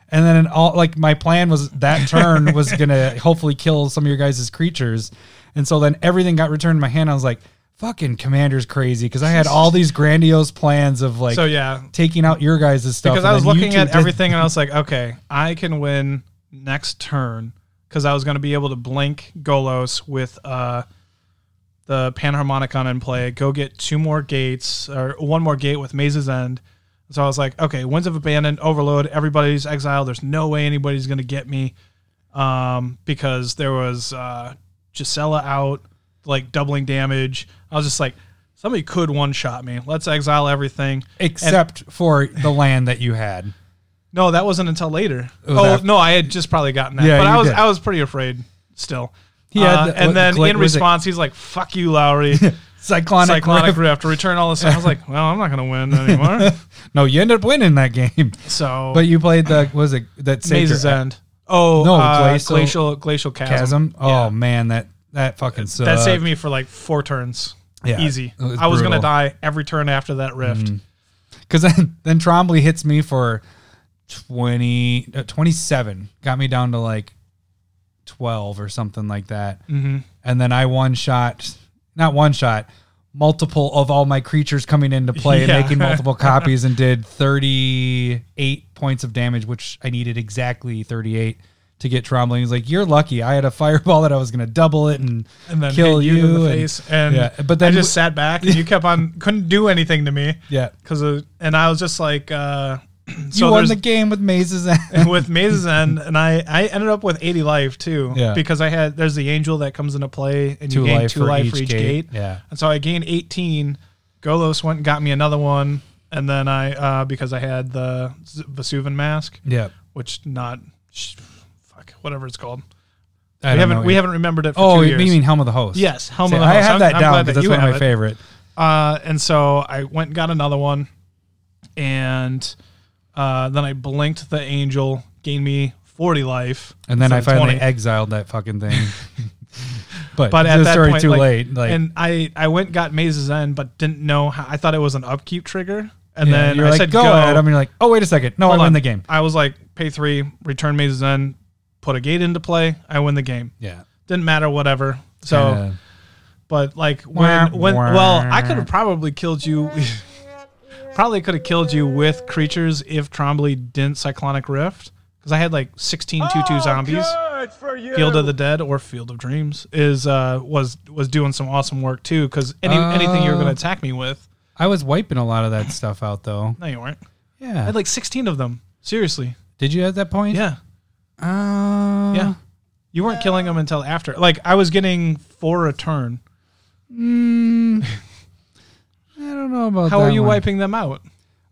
S2: And then an all like my plan was that turn was gonna hopefully kill some of your guys' creatures. And so then everything got returned in my hand. I was like, fucking commander's crazy because I had all these grandiose plans of like
S3: So yeah,
S2: taking out your guys' stuff.
S3: because
S2: and
S3: I was
S2: then you
S3: looking
S2: two
S3: at
S2: did-
S3: everything and I was like, okay, I can win next turn because I was going to be able to blink Golos with uh, the Panharmonicon in play, go get two more gates or one more gate with Maze's End. So I was like, okay, Winds of Abandon, Overload, everybody's exiled. There's no way anybody's going to get me um, because there was uh, Gisela out, like doubling damage. I was just like, somebody could one shot me. Let's exile everything.
S2: except for the land that you had.
S3: No, that wasn't until later.
S2: was
S3: oh
S2: after-
S3: no, I had just probably gotten that.
S2: Yeah,
S3: but I
S2: you
S3: was
S2: did.
S3: I was pretty afraid still.
S2: He had
S3: Uh,
S2: the-
S3: and
S2: what-
S3: then
S2: Gla-
S3: in
S2: was it-
S3: response, he's like, "Fuck you, Lowry."
S2: Cyclonic,
S3: Cyclonic
S2: Rift.
S3: Rift, return all this. I was like, "Well, I'm not gonna win anymore."
S2: No, you ended up winning that game.
S3: So,
S2: But you played the what was it that saved
S3: Maze's
S2: your-
S3: End. Oh
S2: No,
S3: uh, glacial,
S2: Glacial-
S3: glacial chasm.
S2: chasm. Oh
S3: Yeah.
S2: man, that that fucking sucked.
S3: that saved me for like four turns.
S2: Yeah,
S3: easy.
S2: it was
S3: I was gonna
S2: brutal.
S3: die every turn after that rift.
S2: because then then Trombley hits me for 20, uh, 27. got me down to like twelve or something like that, mm-hmm. and then I one shot, not one shot. Multiple of all my creatures coming into play
S3: Yeah.
S2: and making multiple copies, and did 38 points of damage, which I needed exactly 38 to get Trombley. He's like, You're lucky. I had a fireball that I was going to double it and,
S3: And then
S2: kill
S3: hit you, in the
S2: and-
S3: face, and
S2: yeah,
S3: but
S2: but then
S3: I just sat back, and you kept on couldn't do anything to me.
S2: yeah,
S3: because and I was just like, uh,
S2: you
S3: so
S2: won
S3: there's
S2: the game with mazes. and-
S3: with Maze's End, and I I ended up with eighty life too,
S2: Yeah.
S3: because I had there's the angel that comes into play and
S2: Two
S3: you gain
S2: life
S3: two
S2: for
S3: life
S2: each
S3: for each gate.
S2: gate, yeah.
S3: and so I gained eighteen. Golos went and got me another one, and then I uh, because I had the Z- Vesuvian mask,
S2: yeah,
S3: which not sh- fuck whatever it's called.
S2: I
S3: we
S2: don't
S3: haven't
S2: know
S3: we
S2: either.
S3: haven't remembered it. For
S2: Oh,
S3: two
S2: you
S3: years.
S2: mean Helm of the Host?
S3: Yes, Helm
S2: See,
S3: of the
S2: I
S3: Host.
S2: have
S3: I'm-
S2: that
S3: I'm glad
S2: down because
S3: that
S2: that's
S3: you
S2: one of
S3: have
S2: my
S3: it.
S2: favorite.
S3: Uh, and so I went and got another one, and Uh, then I blinked the angel, gained me 40 life.
S2: And then I
S3: instead of
S2: finally
S3: 20.
S2: exiled that fucking thing. but
S3: but at
S2: the
S3: that
S2: story
S3: point,
S2: too
S3: like-
S2: late. Like
S3: and I, I went and got Maze's End, but didn't know how. I thought it was an upkeep trigger. And
S2: yeah,
S3: then
S2: you're
S3: I
S2: like,
S3: said,
S2: go,
S3: go.
S2: Adam. And you're like, oh wait a second, no, I
S3: Hold
S2: won
S3: on.
S2: the game.
S3: I was like, pay three, return Maze's End, put a gate into play. I win the game.
S2: Yeah.
S3: Didn't matter, whatever. So,
S2: Kinda-
S3: but like when,
S2: Wah,
S3: when,
S2: wah.
S3: well, I could have probably killed you. probably could have killed you with creatures if Trombley didn't Cyclonic Rift. Because I had like 16 2
S2: Oh,
S3: 2 zombies.
S1: Good for you.
S3: Field of the Dead or Field of Dreams is uh was was doing some awesome work too because any anything you were going to
S2: Oh.
S3: attack me with
S2: I was wiping a lot of that stuff out though.
S3: no you weren't I
S2: Yeah.
S3: had like sixteen of them seriously
S2: Did you at that point?
S3: yeah
S2: Uh,
S3: yeah you weren't killing them until after like I was getting four a turn
S2: mm, I don't know about
S3: how
S2: that
S3: are you
S2: one.
S3: wiping them out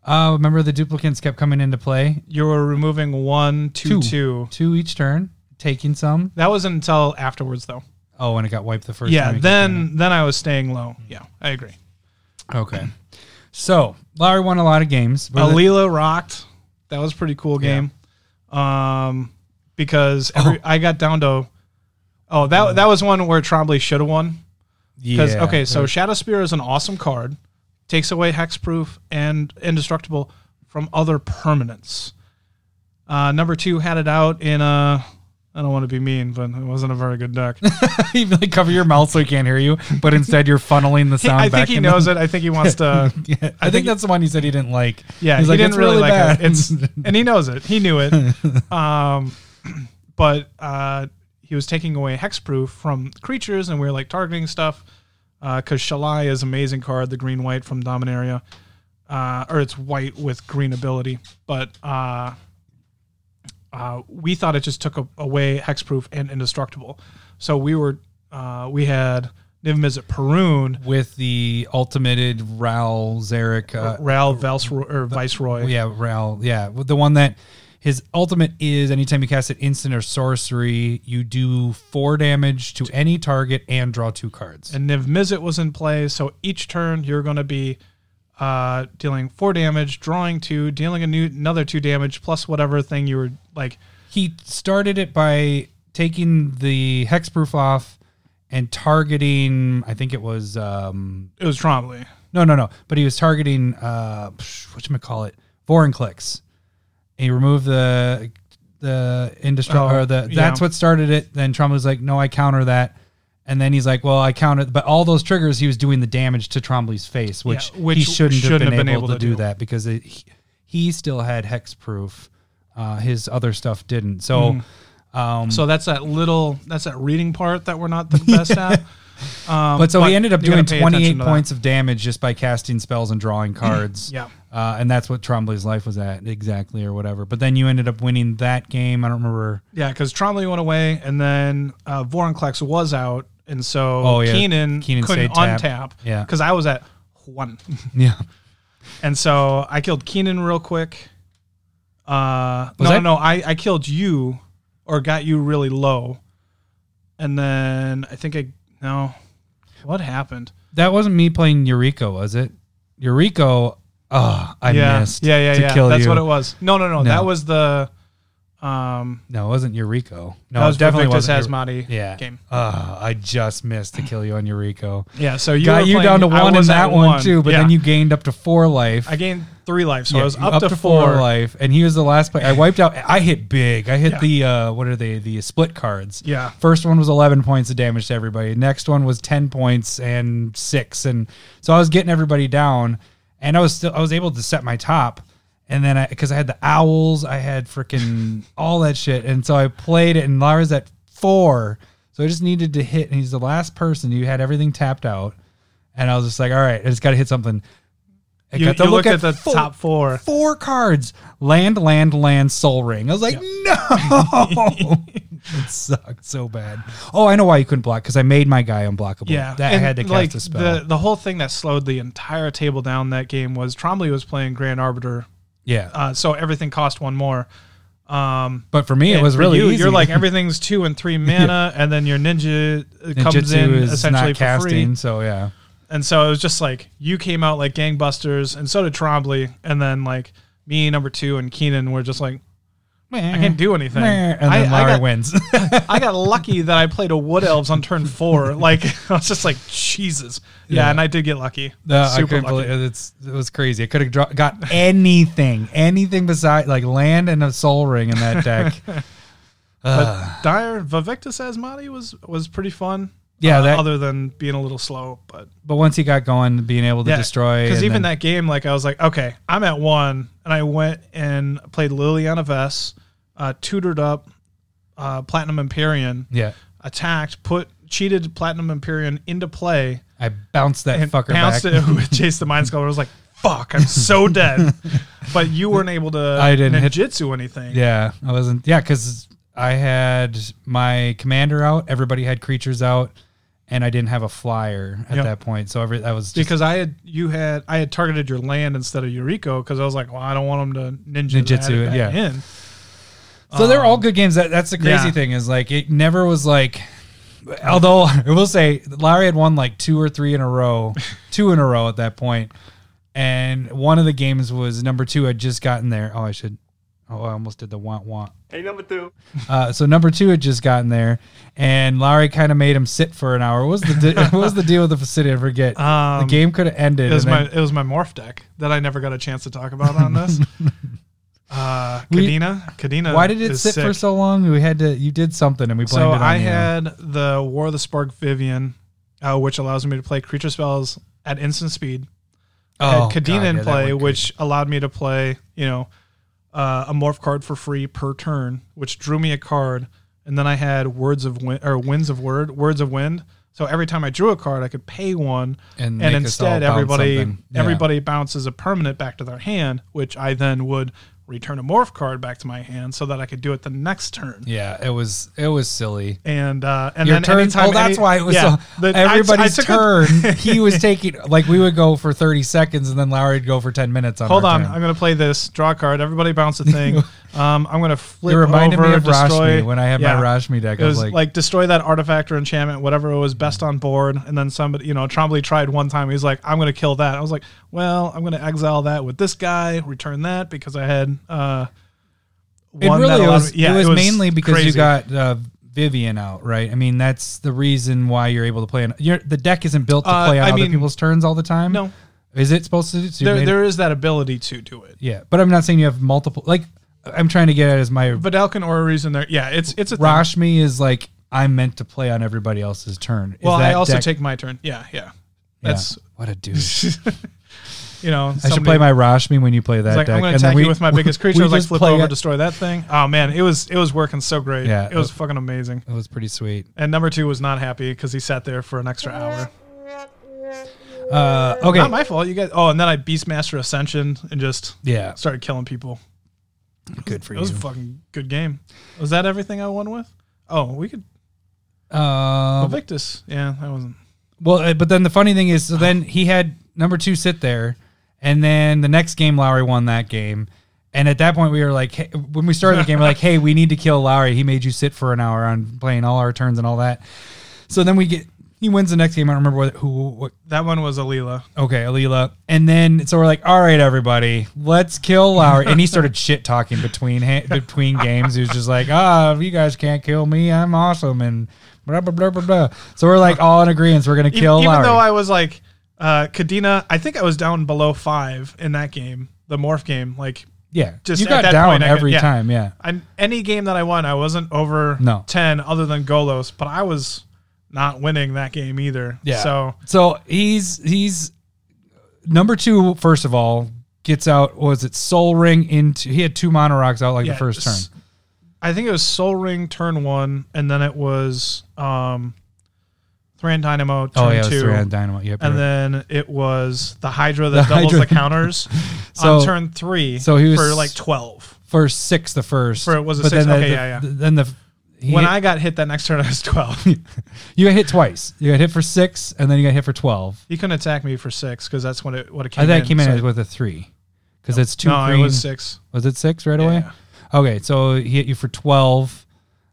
S2: Uh, remember the duplicates kept coming into play.
S3: you were removing one two two
S2: Two. Two each turn, taking some.
S3: that wasn't until afterwards though
S2: Oh, and it got wiped the first
S3: yeah
S2: time. you kept doing
S3: then then I was staying low
S2: Hmm.
S3: yeah I agree
S2: it. Okay. So Larry won a lot of games. Were the-
S3: Alila rocked. That was a pretty cool game. Um, because
S2: Oh.
S3: every, I got down to oh that that was one where Trombley should have won. Because
S2: Hmm. Yeah,
S3: okay, so
S2: those-
S3: Shadow Spear is an awesome card, takes away hexproof and indestructible from other permanents. Uh, number two had it out in a. I don't want to be mean, but it wasn't a very good deck.
S2: you like cover your mouth so he can't hear you, but instead you're funneling the sound.
S3: I
S2: back
S3: think he
S2: in.
S3: knows it. I think he wants to.
S2: Yeah, I, think,
S3: think-
S2: that's the one he said he didn't like.
S3: Yeah,
S2: He's
S3: he
S2: like,
S3: didn't
S2: "It's
S3: really,
S2: really
S3: like
S2: bad."
S3: it. It's and he knows it. He knew it. um, but uh, he was taking away hexproof from creatures, and we were like targeting stuff because Shalai is amazing card, the green white from Dominaria, uh, or it's white with green ability. But uh, uh, we thought it just took a- away hexproof and indestructible, so we were uh, we had Niv Mizzet Perun.
S2: with the ultimated Ral Zarek. Uh,
S3: Ral Valsroy, or Viceroy.
S2: yeah, Ral. Yeah, with the one that his ultimate is anytime you cast an instant or sorcery, you do four damage to any target and draw two cards.
S3: and Niv Mizzet was in play. So each turn you're going to be uh, dealing four damage, drawing two, dealing a new another two damage plus whatever thing you were like.
S2: he started it by taking the hexproof off and targeting. I think it was um,
S3: It was Trombley.
S2: No, no, no. But he was targeting uh what you call it, Vorin clicks. He removed the the industry
S3: Oh,
S2: or the that's
S3: yeah.
S2: what started it. Then Trump was like, no, I counter that. And then he's like, well, I counter, but all those triggers, he was doing the damage to Trombley's face, which,
S3: Yeah, which
S2: he shouldn't,
S3: shouldn't
S2: have, been able, to do, that because it, he, he still had hex proof. Uh, his other stuff didn't. So um,
S3: So that's that little that's that reading part that we're not the best at. Um,
S2: But so he ended up
S3: you gotta
S2: doing
S3: pay attention
S2: 28
S3: to that.
S2: points of damage just by casting spells and drawing cards.
S3: Yeah.
S2: Uh, and that's what Trombley's life was at exactly or whatever. But then you ended up winning that game. I don't remember.
S3: Yeah, because Trombley went away, and then uh, Voronclex was out, and so
S2: Oh, yeah.
S3: Keenan
S2: Keenan
S3: couldn't
S2: stayed
S3: untap.
S2: tapped. Yeah.
S3: because I was at one.
S2: Yeah.
S3: And so I killed Keenan real quick. Uh,
S2: Was
S3: no,
S2: that-
S3: no, no, I, I killed you or got you really low. And then I think I, no, what happened?
S2: That wasn't me playing Eureka, was it? Eureka. Oh, I
S3: yeah.
S2: missed.
S3: Yeah, yeah,
S2: to
S3: yeah.
S2: Kill
S3: That's
S2: you.
S3: what it was. No, no, no,
S2: No.
S3: That was the, um,
S2: No, it wasn't Eureka. No,
S3: that was
S2: it definitely
S3: Victus
S2: wasn't. Eure-
S3: Asmati
S2: Yeah.
S3: game.
S2: Oh, I just missed to kill you on Eureka.
S3: Yeah. So you
S2: Got
S3: were
S2: you
S3: playing-
S2: down to
S3: I
S2: one in
S3: was
S2: that
S3: at
S2: one, too, but
S3: Yeah.
S2: then you gained up to four life.
S3: I gained three life. So I was
S2: you
S3: up, to, four.
S2: life, and he was the last player. I wiped out. I hit big. I hit
S3: Yeah.
S2: the uh, what are they? The split cards.
S3: Yeah.
S2: First one was eleven points of damage to everybody. Next one was ten points and six, and so I was getting everybody down, and I was still I was able to set my top, and then I because I had the owls, I had freaking all that shit, and so I played it, and Lara's at four, so I just needed to hit, and he's the last person. You had everything tapped out, and I was just like, all right, I just got to hit something. I
S3: You,
S2: got to
S3: you
S2: look
S3: looked at, the
S2: four-
S3: top four.
S2: four cards land land land soul ring i was like no it sucked so bad oh i know why you couldn't block because i made my guy unblockable
S3: Yeah,
S2: that i
S3: and,
S2: had to cast
S3: like,
S2: a spell
S3: The, the whole thing that slowed the entire table down that game was Trombley was playing Grand Arbiter,
S2: yeah
S3: uh, so everything cost one more. Um,
S2: but for me it
S3: and
S2: was
S3: for
S2: really
S3: you,
S2: easy.
S3: You're like everything's two and three mana, and then your ninja uh, comes
S2: Ninjutsu
S3: in
S2: is
S3: essentially
S2: not
S3: for
S2: casting
S3: free,
S2: so yeah
S3: and so it was just like you came out like gangbusters, and so did Trombley, and then like me, number two, and Keenan were just like,
S2: I
S3: can't do anything.
S2: And
S3: I- I
S2: then Lara
S3: got-
S2: wins.
S3: I got lucky that I played a wood elves on turn four. Like I was just like, Jesus. Yeah,
S2: Yeah.
S3: and I did get lucky.
S2: No, I
S3: Super
S2: couldn't
S3: lucky.
S2: believe it's it was crazy. I could have dro- got anything, anything beside like land and a soul ring in that deck.
S3: But Dire Vivictus Asmati was was pretty fun.
S2: Yeah,
S3: uh,
S2: that-
S3: other than being a little slow, but
S2: but once he got going, being able to destroy
S3: Because
S2: and
S3: even
S2: then-
S3: that game, like I was like, okay, I'm at one, and I went and played Liliana Vess, uh, tutored up uh, Platinum Empyrean,
S2: yeah,
S3: attacked, put cheated Platinum Empyrean into play,
S2: I bounced that
S3: and
S2: fucker
S3: pounced
S2: back.
S3: it with Chase the Mind Scholar. I was like, fuck, I'm so dead. but you weren't able to
S2: I didn't hit-
S3: ninjutsu anything.
S2: Yeah, I wasn't. Yeah, because I had my commander out. Everybody had creatures out, and I didn't have a flyer at
S3: Yep.
S2: that point. So every that was just
S3: Because I had you had I had targeted your land instead of your eco because I was like, well, I don't want them to ninja that
S2: Ninjutsu it,
S3: back
S2: yeah.
S3: in.
S2: So they're all good games. That that's the crazy
S3: um, yeah.
S2: thing is like it never was like. Although I will say Larry had won like two or three in a row, two in a row at that point, and one of the games was number two had just gotten there. Oh, I should. Oh, I almost did the want want.
S1: Hey, number two.
S2: Uh, so number two had just gotten there, and Larry kind of made him sit for an hour. What was the de- what was the deal with the facility? I forget. the
S3: Um,
S2: game could have ended.
S3: It was
S2: and
S3: my
S2: then-
S3: it was my morph deck that I never got a chance to talk about on this. uh,
S2: We-
S3: Kadena, Kadena.
S2: why did it
S3: is
S2: sit for
S3: uh, sick.
S2: so long? We had to. You did something, and we blamed
S3: So
S2: it on
S3: I
S2: you.
S3: had the War of the Spark Vivian, uh, which allows me to play creature spells at instant speed. I
S2: Oh,
S3: had Kadena
S2: God,
S3: in
S2: yeah, that
S3: play,
S2: one could-
S3: which allowed me to play, you know, uh, a morph card for free per turn, which drew me a card. And then I had words of wind or winds of word, words of wind. So every time I drew a card, I could pay one, and,
S2: And make us all
S3: instead
S2: bounce
S3: everybody
S2: something. Yeah.
S3: everybody bounces a permanent back to their hand, which I then would return a morph card back to my hand so that I could do it the next turn.
S2: Yeah, it was it was silly.
S3: And uh, and
S2: Your
S3: then
S2: turn.
S3: anytime
S2: Oh, that's
S3: any-
S2: why it was
S3: yeah,
S2: so.
S3: the- I- I
S2: everybody's
S3: took a-
S2: turn. he was taking like we would go for thirty seconds, and then Lowry would go for ten minutes. On
S3: Hold
S2: our
S3: on,
S2: turn.
S3: I'm gonna play this draw a card. Everybody bounce a thing. um, I'm gonna flip
S2: it reminded
S3: over
S2: me of
S3: destroy.
S2: Rashmi when I had
S3: Yeah.
S2: my Rashmi deck.
S3: It
S2: I was
S3: was like, destroy that artifact or enchantment, whatever was best on board. And then somebody, you know, Trombley tried one time. He's like, I'm going to kill that. I was like, well, I'm going to exile that with this guy, return that because I had uh,
S2: It
S3: one that
S2: really
S3: allowed
S2: was,
S3: me- yeah,
S2: it was. mainly because you
S3: crazy.
S2: got uh, Vivian out, right? I mean, that's the reason why you're able to play. On, you're, the deck isn't built to
S3: Uh,
S2: play on
S3: I
S2: other
S3: mean-
S2: people's turns all the time.
S3: No.
S2: is it supposed to? So you
S3: There,
S2: made-
S3: there is that ability to do it.
S2: yeah, but I'm not saying you have multiple. Like, I'm trying to get at is my
S3: Vidalcan or a reason there. Yeah, it's it's a thing.
S2: Rashmi is like I'm meant to play on everybody else's turn. Is
S3: Well, I
S2: that
S3: also
S2: deck-
S3: take my turn. Yeah, yeah.
S2: Yeah.
S3: That's
S2: what a douche.
S3: you know.
S2: I should play my Rashmi when you play that
S3: It's like
S2: deck.
S3: I'm going to
S2: and then
S3: attack you
S2: we-
S3: with my biggest
S2: we
S3: creature. I was like
S2: just
S3: flip
S2: play
S3: over,
S2: it.
S3: destroy that thing. Oh man, it was it was working so great.
S2: Yeah.
S3: it was fucking amazing.
S2: It was pretty sweet.
S3: And number two was not happy because he sat there for an extra hour.
S2: Uh, okay.
S3: Not my fault. You guys. Oh, and then I Beastmaster Ascension and just
S2: yeah.
S3: started killing people.
S2: Good for
S3: It was a
S2: you.
S3: fucking good game. Was that everything I won with? Oh, we could
S2: Uh,
S3: Invictus. Yeah, that wasn't.
S2: well, uh, but then the funny thing is, so then he had number two sit there, and then the next game, Lowry won that game. And at that point, we were like, hey, when we started the game, we're like, hey, we need to kill Lowry. He made you sit for an hour on playing all our turns and all that. So then we get, he wins the next game. I don't remember what, who, what
S3: That one was Alila.
S2: Okay, Alila. And then so we're like, all right, everybody, let's kill Lowry. And he started shit talking between ha- between games. He was just like, ah, if you guys can't kill me, I'm awesome and blah blah blah blah blah. So we're like all in agreement. We're gonna
S3: E-
S2: kill
S3: even
S2: Lowry.
S3: though I was like, uh, Kadena. I think I was down below five in that game, the morph game. Like,
S2: yeah,
S3: just
S2: you
S3: at
S2: got
S3: that
S2: down
S3: point, I could-
S2: every
S3: yeah.
S2: time. Yeah,
S3: I, any game that I won, I wasn't over
S2: No.
S3: ten, other than Golos. But I was not winning that game either.
S2: yeah.
S3: So
S2: so he's he's number two. First of all, gets out. what Was it Soul Ring into? He had two Monorocks out like
S3: Yeah,
S2: the first turn.
S3: s- I think it was Soul Ring turn one, and then it was um, Thran Dynamo turn
S2: Oh yeah, it was
S3: two,
S2: three on Dynamite. Yep.
S3: and
S2: you're right.
S3: then it was the Hydra that
S2: The
S3: doubles
S2: Hydra.
S3: the counters
S2: So-
S3: on turn three.
S2: so he was-
S3: for like twelve.
S2: for six the first.
S3: For- was it
S2: but
S3: six?
S2: Then the,
S3: Okay,
S2: the-
S3: yeah, yeah.
S2: Then the he
S3: When
S2: hit-
S3: I got hit that next turn, I was twelve.
S2: You got hit twice. You got hit for six, and then you got hit for twelve.
S3: he couldn't attack me for six because that's when it what it came.
S2: I think
S3: in,
S2: it came in
S3: so-
S2: as with a three, because it's two.
S3: no,
S2: green.
S3: it was six.
S2: Was it six right away?
S3: Yeah.
S2: Okay, so he hit you for twelve,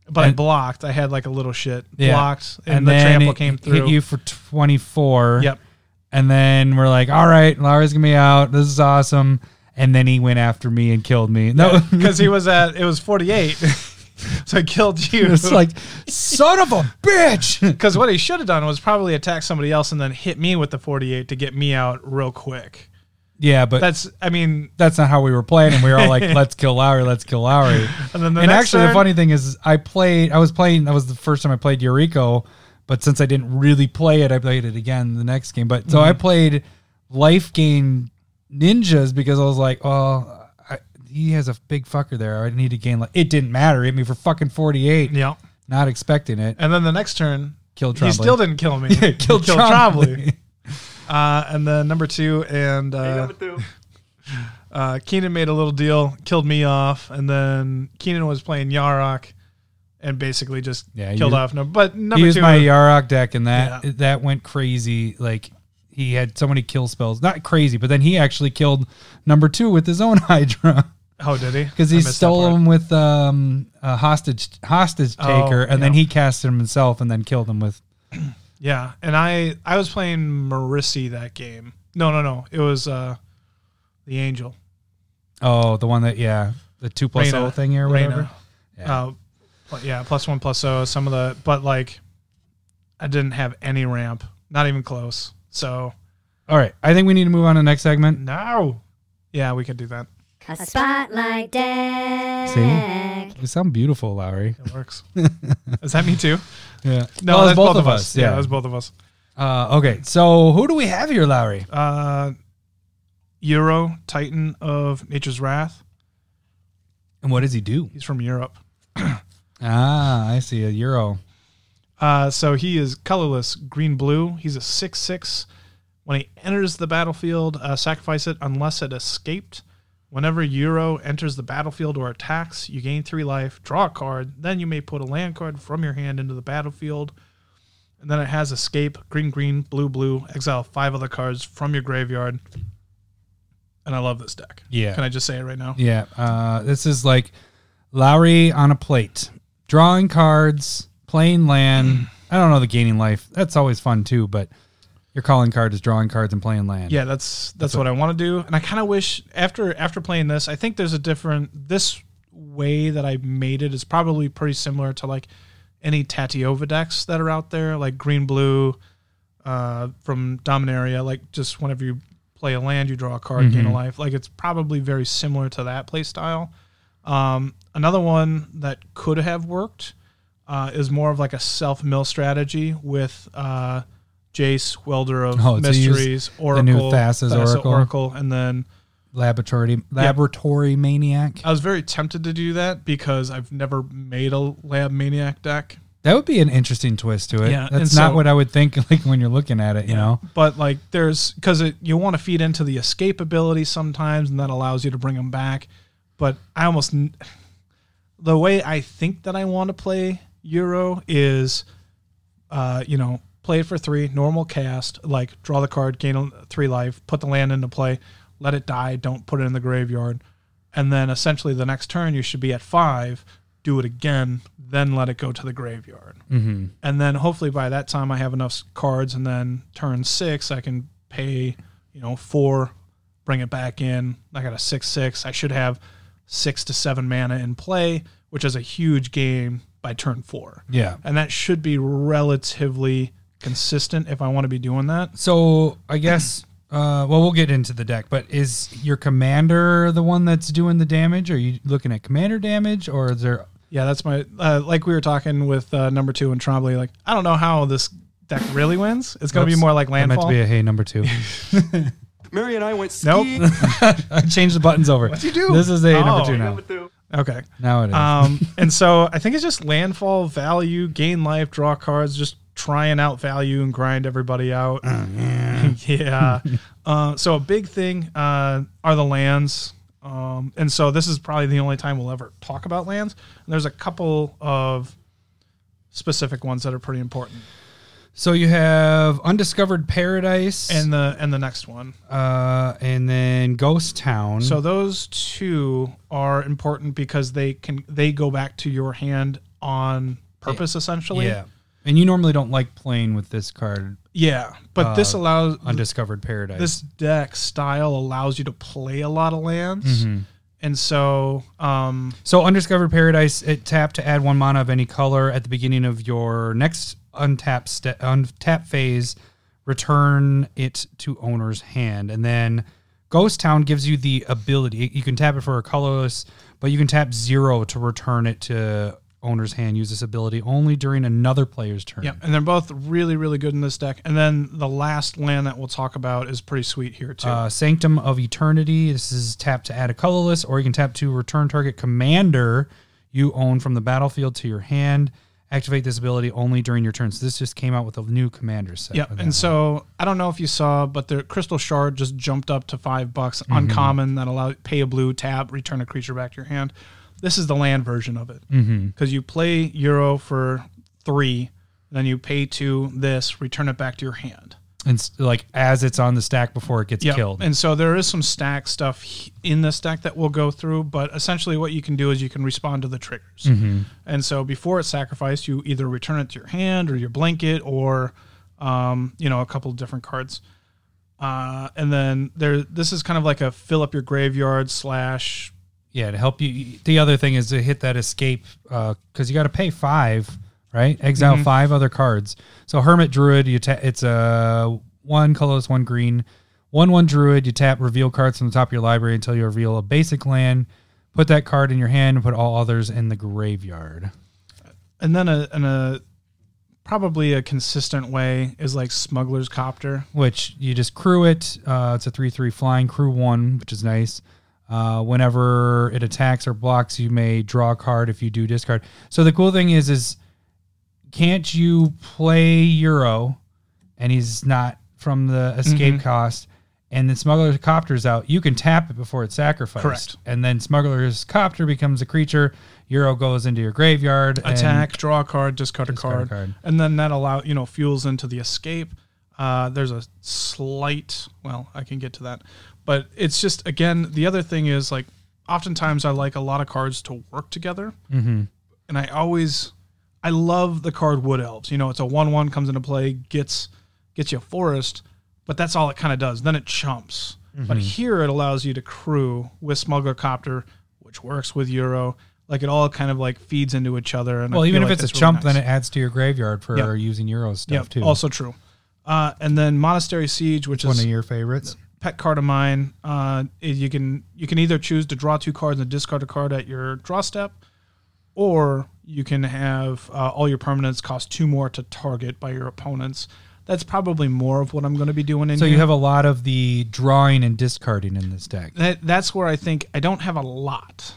S3: But I
S2: And-
S3: blocked. I had like a little shit
S2: Yeah.
S3: blocked, and,
S2: and,
S3: the
S2: then
S3: trample
S2: it
S3: came
S2: hit
S3: through.
S2: you for twenty-four.
S3: Yep.
S2: And then we're like, all right, Lara's gonna be out. This is awesome. and then he went after me and killed me. No,
S3: because he was at it was 48 so he killed you
S2: it's like son of a bitch.
S3: because what he should have done was probably attack somebody else and then hit me with the 48 to get me out real quick
S2: Yeah, but that's
S3: that's i mean
S2: that's not how we were playing. And we were all like, "Let's kill Lowry, let's kill Lowry."
S3: and then the
S2: and
S3: next
S2: actually, the
S3: turn-
S2: funny thing is, I played. I was playing. That was the first time I played Eureka, but since I didn't really play it, I played it again the next game. But so I
S3: Mm-hmm.
S2: played Life Gain Ninjas because I was like, "Oh, I, he has a big fucker there. I need to gain." Like, it didn't matter. He hit me for fucking forty eight.
S3: yeah
S2: Not expecting it.
S3: and then the next turn
S2: Killed
S3: he
S2: Trombley.
S3: still didn't kill me He
S2: Killed Trombley.
S3: uh, and then number two and uh,
S1: number two.
S3: uh, keenan made a little deal killed me off and then keenan was playing yarok and basically just
S2: Yeah,
S3: killed
S2: you-
S3: off no but
S2: he
S3: number
S2: used
S3: two
S2: my uh, Yarok deck, and that
S3: Yeah.
S2: that went crazy. Like he had so many kill spells, not crazy, but then he actually killed number two with his own Hydra
S3: oh did he
S2: because
S3: I
S2: he
S3: missed that
S2: stole
S3: part.
S2: him with um, a hostage hostage taker,
S3: Oh,
S2: and then
S3: yeah.
S2: he cast him himself, and then killed him with.
S3: Yeah, and I I was playing Marissi that game. No, no, no. It was uh the Angel.
S2: Oh, the one that yeah, the two plus
S3: Reyna.
S2: O thing here, or
S3: Reyna.
S2: whatever. Yeah.
S3: Uh, pl- yeah, plus one, plus O. Some of the, but like, I didn't have any ramp, not even close. So
S2: All right, I think we need to move on to the next segment.
S3: no. Yeah, we could do that.
S4: A spotlight deck.
S2: See, we sound beautiful, Lowry.
S3: It works. Is that me too?
S2: Yeah,
S3: No,
S2: Oh,
S3: that's both, of us. Yeah, that's both of us.
S2: uh, okay, so who do we have here, Lowry?
S3: Uh, Euro Titan of Nature's Wrath.
S2: And what does he do?
S3: He's from Europe.
S2: Ah, I see a euro.
S3: Uh, so he is colorless, green blue. He's a six six. When he enters the battlefield, uh, sacrifice it unless it escaped. Whenever Euro enters the battlefield or attacks, you gain three life, draw a card. Then you may put a land card from your hand into the battlefield. And then it has escape, green, green, blue, blue. Exile five other cards from your graveyard. And I love this deck.
S2: Yeah.
S3: Can I just say it right now?
S2: Yeah, uh, this is like Lowry on a plate, drawing cards, playing land. I don't know the gaining life. That's always fun too, but your calling card is drawing cards and playing land.
S3: yeah that's that's what i want to do and i kind of wish after after playing this i think there's a different this way that i made it is probably pretty similar to like any tatiova decks that are out there like green blue uh from dominaria like just whenever you play a land you draw a card gain a life like it's probably very similar to that play style um another one that could have worked uh, is more of like a self mill strategy with uh, Jace, Welder of
S2: Oh, so you use
S3: Mysteries,
S2: the
S3: Oracle,
S2: new Thassa's Oracle.
S3: Oracle, and then
S2: Laboratory laboratory maniac.
S3: I was very tempted to do that because I've never made a Lab Maniac deck.
S2: That would be an interesting twist to it.
S3: Yeah, and
S2: That's not
S3: so-
S2: what I would think like when you're looking at it, you know.
S3: But like, there's because you want to feed into the escape ability sometimes, and that allows you to bring them back. But I almost n- the way I think that I want to play Euro is, uh, you know, play it for three, normal cast, like draw the card, gain a- three life, put the land into play, let it die, don't put it in the graveyard, and then essentially the next turn you should be at five, do it again, then let it go to the graveyard and then hopefully by that time I have enough s- cards, and then turn six I can pay, you know, four, bring it back in. I got a six six. I should have six to seven mana in play, which is a huge game by turn four,
S2: Yeah.
S3: and that should be relatively consistent if I want to be doing that.
S2: So I guess uh, well we'll get into the deck, but is your commander the one that's doing the damage? Are you looking at commander damage or is there
S3: Yeah, that's my uh, like we were talking with uh, number two and Trombley. Like I don't know how this deck really wins. It's going to be
S2: Oops.
S3: more like
S2: I meant
S3: landfall.
S2: to be a hey number two.
S1: Mary and I went
S3: Nope.
S1: skiing.
S2: I changed the buttons over. What
S3: you do?
S2: This is a number
S3: Oh.
S2: two now.
S1: Number two.
S3: okay.
S2: Now it is.
S3: Um, and so I think it's just landfall, value, gain life, draw cards, just trying out value and grind everybody out.
S2: Oh,
S3: yeah. Uh, so a big thing uh, are the lands. Um, and so this is probably the only time we'll ever talk about lands. And there's a couple of specific ones that are pretty important.
S2: so you have Undiscovered Paradise
S3: And the and the next one.
S2: uh, and then Ghost Town.
S3: So those two are important because they can they go back to your hand on purpose essentially.
S2: yeah. And you normally don't like playing with this card,
S3: Yeah, but this
S2: Uh,
S3: allows
S2: Undiscovered Paradise.
S3: this deck style allows you to play a lot of lands,
S2: Mhm.
S3: and so um,
S2: So Undiscovered Paradise, it tap to add one mana of any color at the beginning of your next untap st- untap phase. Return it to owner's hand, and then Ghost Town gives you the ability. You can tap it for a colorless, but you can tap zero to return it to owner's hand. Use this ability only during another player's turn.
S3: yeah, and they're both really really good in this deck. And then the last land that we'll talk about is pretty sweet here too.
S2: Uh, Sanctum of Eternity. This is tap to add a colorless, or you can tap to return target commander you own from the battlefield to your hand. Activate this ability only during your turn. So this just came out with a new commander set.
S3: yeah,
S2: for that.
S3: and so I don't know if you saw, but the Crystal Shard just jumped up to five bucks, uncommon that allow pay a blue tap, return a creature back to your hand. This is the land version of it because you play Euro for three, then you pay two this, return it back to your hand.
S2: and s- like as it's on the stack before it gets
S3: Yep.
S2: killed.
S3: And so there is some stack stuff h- in the stack that we'll go through, but essentially what you can do is you can respond to the triggers. And so before it's sacrificed, you either return it to your hand or your blanket or um, you know a couple different cards. Uh, and then there, this is kind of like a fill up your graveyard slash.
S2: yeah, to help you. The other thing is to hit that escape because you got to pay five, right? Exile five other cards. So Hermit Druid, you ta- it's a one colorless, one green, one one Druid. You tap reveal cards from the top of your library until you reveal a basic land. Put that card in your hand and put all others in the graveyard.
S3: And then a, and a probably a consistent way is like Smuggler's Copter.
S2: which you just crew it. Uh, it's a 3 3 flying, crew one, which is nice. Uh, whenever it attacks or blocks, you may draw a card if you do discard. So the cool thing is, is can't you play Euro and he's not from the escape
S3: Mm-hmm.
S2: cost and then Smuggler's Copter's out? You can tap it before it's sacrificed.
S3: Correct.
S2: And then Smuggler's Copter becomes a creature. Euro goes into your graveyard. and-
S3: attack, draw a card, discard,
S2: Discard
S3: a,
S2: a
S3: card,
S2: card.
S3: and then that allow you know fuels into the escape. Uh, there's a slight, well, I can get to that, but it's just again the other thing is like oftentimes I like a lot of cards to work together, mm-hmm. and I always I love the card Wood Elves. You know, it's a one-one comes into play, gets gets you a forest, but that's all it kind of does. Then it chumps.
S2: Mm-hmm.
S3: But here it allows you to crew with Smuggler Copter, which works with Euro. Like it all kind of like feeds into each other. And I
S2: Well, even
S3: feel
S2: if
S3: like
S2: it's a
S3: that's really
S2: chump,
S3: nice.
S2: then it adds to your graveyard for
S3: Yep.
S2: using Euro stuff
S3: Yep,
S2: too.
S3: also true. Uh, and then Monastery Siege, which
S2: one
S3: is
S2: of your favorites.
S3: pet card of mine. Uh, is you can you can either choose to draw two cards and discard a card at your draw step, or you can have uh, all your permanents cost two more to target by your opponents. That's probably more of what I'm going to be doing. In
S2: So you
S3: here.
S2: have a lot of the drawing and discarding in this deck.
S3: that, that's where I think I don't have a lot.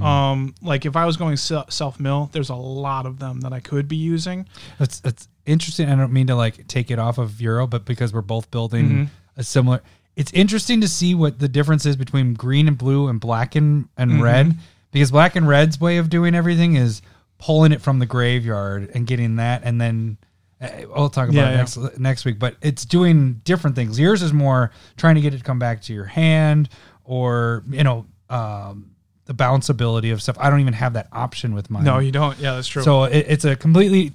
S3: Um, like if I was going self mill, there's a lot of them that I could be using.
S2: That's that's interesting. I don't mean to like take it off of Euro, but because we're both building
S3: Mm-hmm.
S2: a similar, it's interesting to see what the difference is between green and blue and black and and
S3: Mm-hmm.
S2: red. Because black and red's way of doing everything is pulling it from the graveyard and getting that, and then uh, I'll talk about
S3: Yeah,
S2: it
S3: yeah.
S2: next next week. But it's doing different things. Yours is more trying to get it to come back to your hand, or you know. Um, the bounceability of stuff. I don't even have that option with mine.
S3: No, you don't. Yeah, that's true.
S2: So it, it's a completely,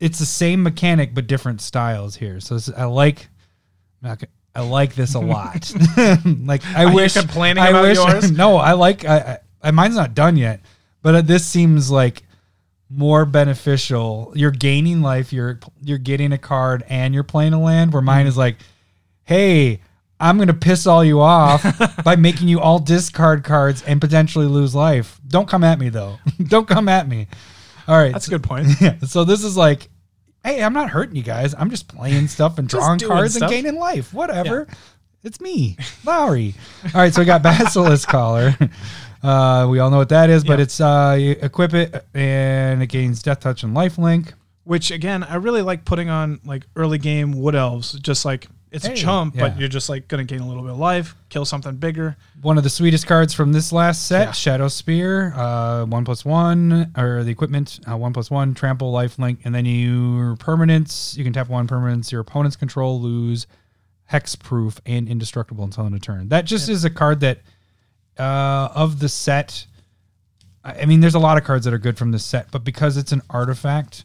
S2: it's the same mechanic but different styles here. So this, I like, I'm not gonna- I like this a lot. like I
S3: Are you
S2: wish
S3: complaining
S2: I
S3: about yours?
S2: No, I like. I, I mine's not done yet, but uh, this seems like more beneficial. You're gaining life. You're you're getting a card and you're playing a land. Where mine
S3: Mm.
S2: is like, hey. I'm gonna piss all you off by making you all discard cards and potentially lose life. Don't come at me though. Don't come at me. All right,
S3: that's a good point.
S2: yeah. So this is like, hey, I'm not hurting you guys. I'm just playing stuff and
S3: Just
S2: drawing
S3: doing
S2: cards
S3: stuff.
S2: and gaining life. Whatever. It's me, Lowry. all right. So we got Basilisk Collar. Uh, we all know what that is, but
S3: Yeah.
S2: it's uh, you equip it and it gains Death Touch and Life Link.
S3: Which again, I really like putting on like early game wood elves. Just like it's
S2: Hey,
S3: a chump,
S2: yeah.
S3: but you're just like gonna gain a little bit of life, kill something bigger.
S2: One of the sweetest cards from this last set,
S3: Yeah.
S2: Shadow Spear, uh, one plus one, or the equipment, uh, one plus one, trample, life link, and then your permanents. You can tap one permanence. Your opponent's control lose hex proof and indestructible until end of turn. That just is a card that uh, of the set. I I mean, there's a lot of cards that are good from this set, but because it's an artifact,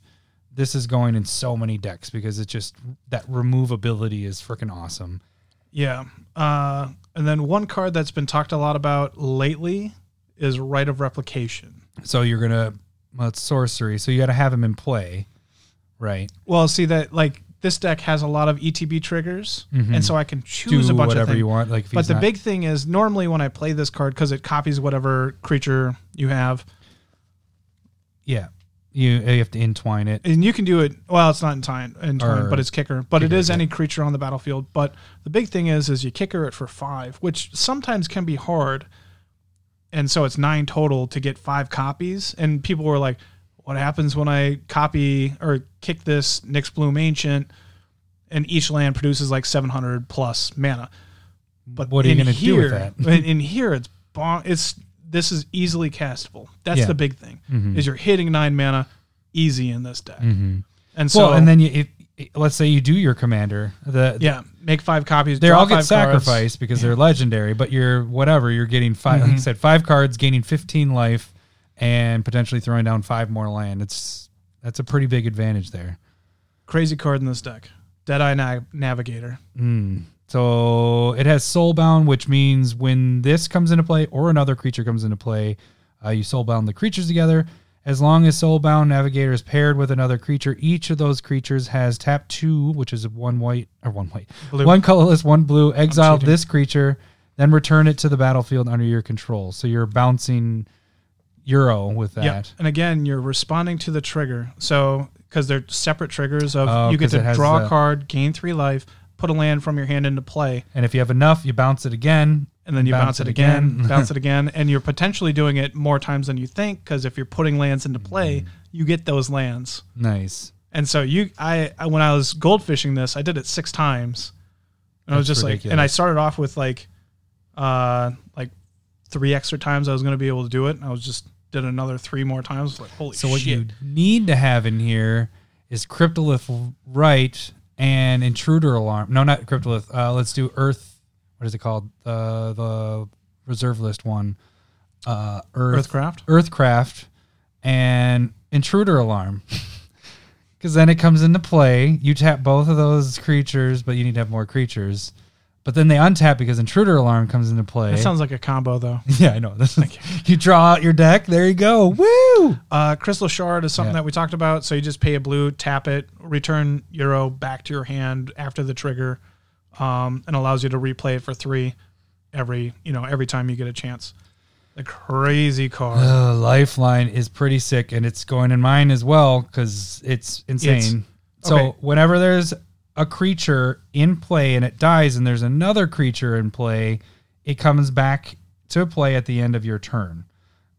S2: this is going in so many decks because it just that removability is freaking awesome.
S3: Yeah. Uh, and then one card that's been talked a lot about lately is Right of Replication.
S2: So you're gonna well, it's sorcery, so you got to have him in play, right?
S3: Well, see that like this deck has a lot of ETB triggers, and so I can choose
S2: Mm-hmm. Do
S3: a bunch of
S2: whatever
S3: things.
S2: you want. Like, if
S3: But
S2: he's
S3: the
S2: not-
S3: big thing is normally when I play this card because it copies whatever creature you have,
S2: yeah, you, you have to entwine it.
S3: and you can do it. Well, it's not in time, in time,
S2: Or-
S3: but it's kicker. But it
S2: kicker,
S3: is
S2: yeah.
S3: any creature on the battlefield. But the big thing is, is you kicker it for five, which sometimes can be hard. And so it's nine total to get five copies. And people were like, "What happens when I copy or kick this Nix Bloom Ancient?" And each land produces like seven hundred plus mana. But
S2: What are you
S3: in
S2: gonna do with
S3: here-
S2: that?
S3: in, in here, it's bon- it's this is easily castable. That's
S2: Yeah. Mm-hmm.
S3: the big thing. Is you're hitting nine mana easy in this deck. And so,
S2: well, and then you, if, if- let's say you do your commander, the
S3: yeah, make five copies.
S2: they
S3: draw
S2: all get
S3: five cards.
S2: sacrificed because they're legendary, but you're whatever, you're getting 5
S3: Mm-hmm.
S2: like you said, five cards, gaining fifteen life, and potentially throwing down five more land. It's that's a pretty big advantage there.
S3: Crazy card in this deck. Deadeye Na- Navigator.
S2: So it has soulbound, which means when this comes into play or another creature comes into play, uh, you soulbound the creatures together. As long as soulbound navigator is paired with another creature, each of those creatures has tap two, which is one white or one white,
S3: Blue.
S2: one colorless, one blue. Exile
S3: cheating.
S2: this creature, then return it to the battlefield under your control. So you're bouncing euro with that.
S3: Yeah. And again, you're responding to the trigger. So because they're separate triggers of
S2: Oh,
S3: you get
S2: 'cause it
S3: to
S2: has
S3: draw
S2: the-
S3: a card, gain three life, put a land from your hand into play,
S2: And if you have enough, you bounce it again.
S3: and then you bounce, it again, bounce it again, and you're potentially doing it more times than you think because if you're putting lands into
S2: Mm-hmm.
S3: play, you get those lands.
S2: nice.
S3: And so you, I, I when I was goldfishing this, I did it six times, and I was
S2: That's
S3: just like,
S2: ridiculous.
S3: and I started off with like, uh, like three extra times I was going to be able to do it, and I was just did another three more times. Like holy
S2: So what
S3: shit!
S2: you need to have in here is cryptolith right and intruder alarm. No, not cryptolith. Uh, let's do Earth. What is it called? Uh, the reserve list one. Uh, Earth,
S3: Earthcraft.
S2: Earthcraft, and intruder alarm. Because then it comes into play. You tap both of those creatures, but you need to have more creatures. But then they untap because intruder alarm comes into play.
S3: That sounds like a combo though.
S2: yeah, I know. That's like you draw out your deck. There you go. Woo!
S3: Uh, Crystal Shard is something
S2: Yeah.
S3: that we talked about. So you just pay a blue, tap it, return Euro back to your hand after the trigger, um, and allows you to replay it for three every you know every time you get a chance. The crazy card.
S2: Uh, Lifeline is pretty sick, and it's going in mine as well because it's insane. so
S3: okay.
S2: whenever there's a creature in play and it dies, and there's another creature in play, it comes back to play at the end of your turn.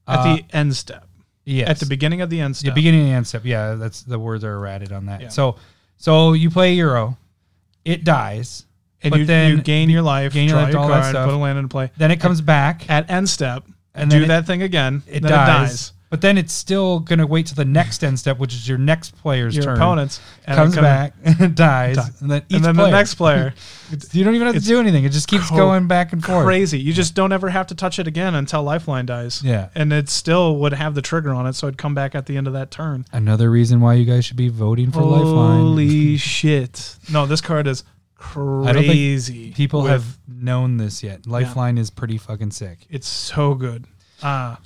S3: at the end step.
S2: Uh, Yes.
S3: At the beginning of the end
S2: the
S3: step.
S2: beginning and end step. Yeah, that's the words are added on that.
S3: Yeah.
S2: So, so you play Euro, it dies,
S3: and
S2: but
S3: you,
S2: then
S3: you gain your life,
S2: gain your
S3: draw
S2: life,
S3: your
S2: all that
S3: card,
S2: stuff.
S3: put a land into play.
S2: then it comes back.
S3: At end step,
S2: And
S3: and
S2: then
S3: do
S2: it-
S3: that thing again.
S2: It
S3: then
S2: dies,
S3: it dies.
S2: but then it's still gonna wait to the next end step, which is your next player's
S3: Your
S2: turn.
S3: opponents and it
S2: comes
S3: kinda-
S2: back and dies,
S3: dies.
S2: and then each
S3: and then
S2: player-
S3: the next player.
S2: You don't even have to
S3: It's
S2: do anything. It just keeps
S3: cra-
S2: going back and forth.
S3: crazy. You just don't ever have to touch it again until Lifeline dies.
S2: Yeah.
S3: And it still would have the trigger on it, so it'd come back at the end of that turn.
S2: Another reason why you guys should be voting for Lifeline.
S3: Holy shit. No, this card is
S2: I don't
S3: crazy.
S2: think people
S3: with-
S2: have known this yet. Lifeline is pretty fucking sick.
S3: it's so good. Ah,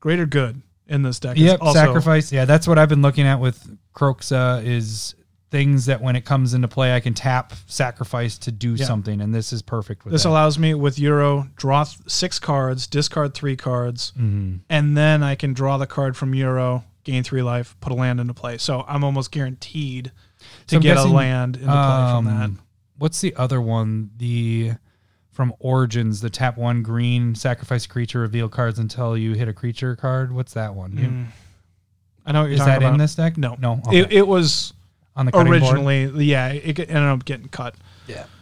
S3: greater good in this deck. is
S2: Yep,
S3: also-
S2: sacrifice. Yeah, that's what I've been looking at with Croxa is things that when it comes into play, I can tap sacrifice to do
S3: Yeah.
S2: something, and this is perfect with
S3: This
S2: that.
S3: allows me with Euro draw th- six cards, discard three cards,
S2: Mm-hmm.
S3: and then I can draw the card from Euro, gain three life, put a land into play. So I'm almost guaranteed to
S2: So I'm
S3: get
S2: guessing,
S3: a land into play from that.
S2: Um, What's the other one? The from Origins, the tap one green sacrifice creature reveal cards until you hit a creature card. What's that one? You-
S3: I know what you're
S2: Is
S3: talking
S2: that
S3: about.
S2: in this deck?
S3: No,
S2: no.
S3: It, it was
S2: on the cutting board,
S3: originally, yeah. It g- ended up getting cut.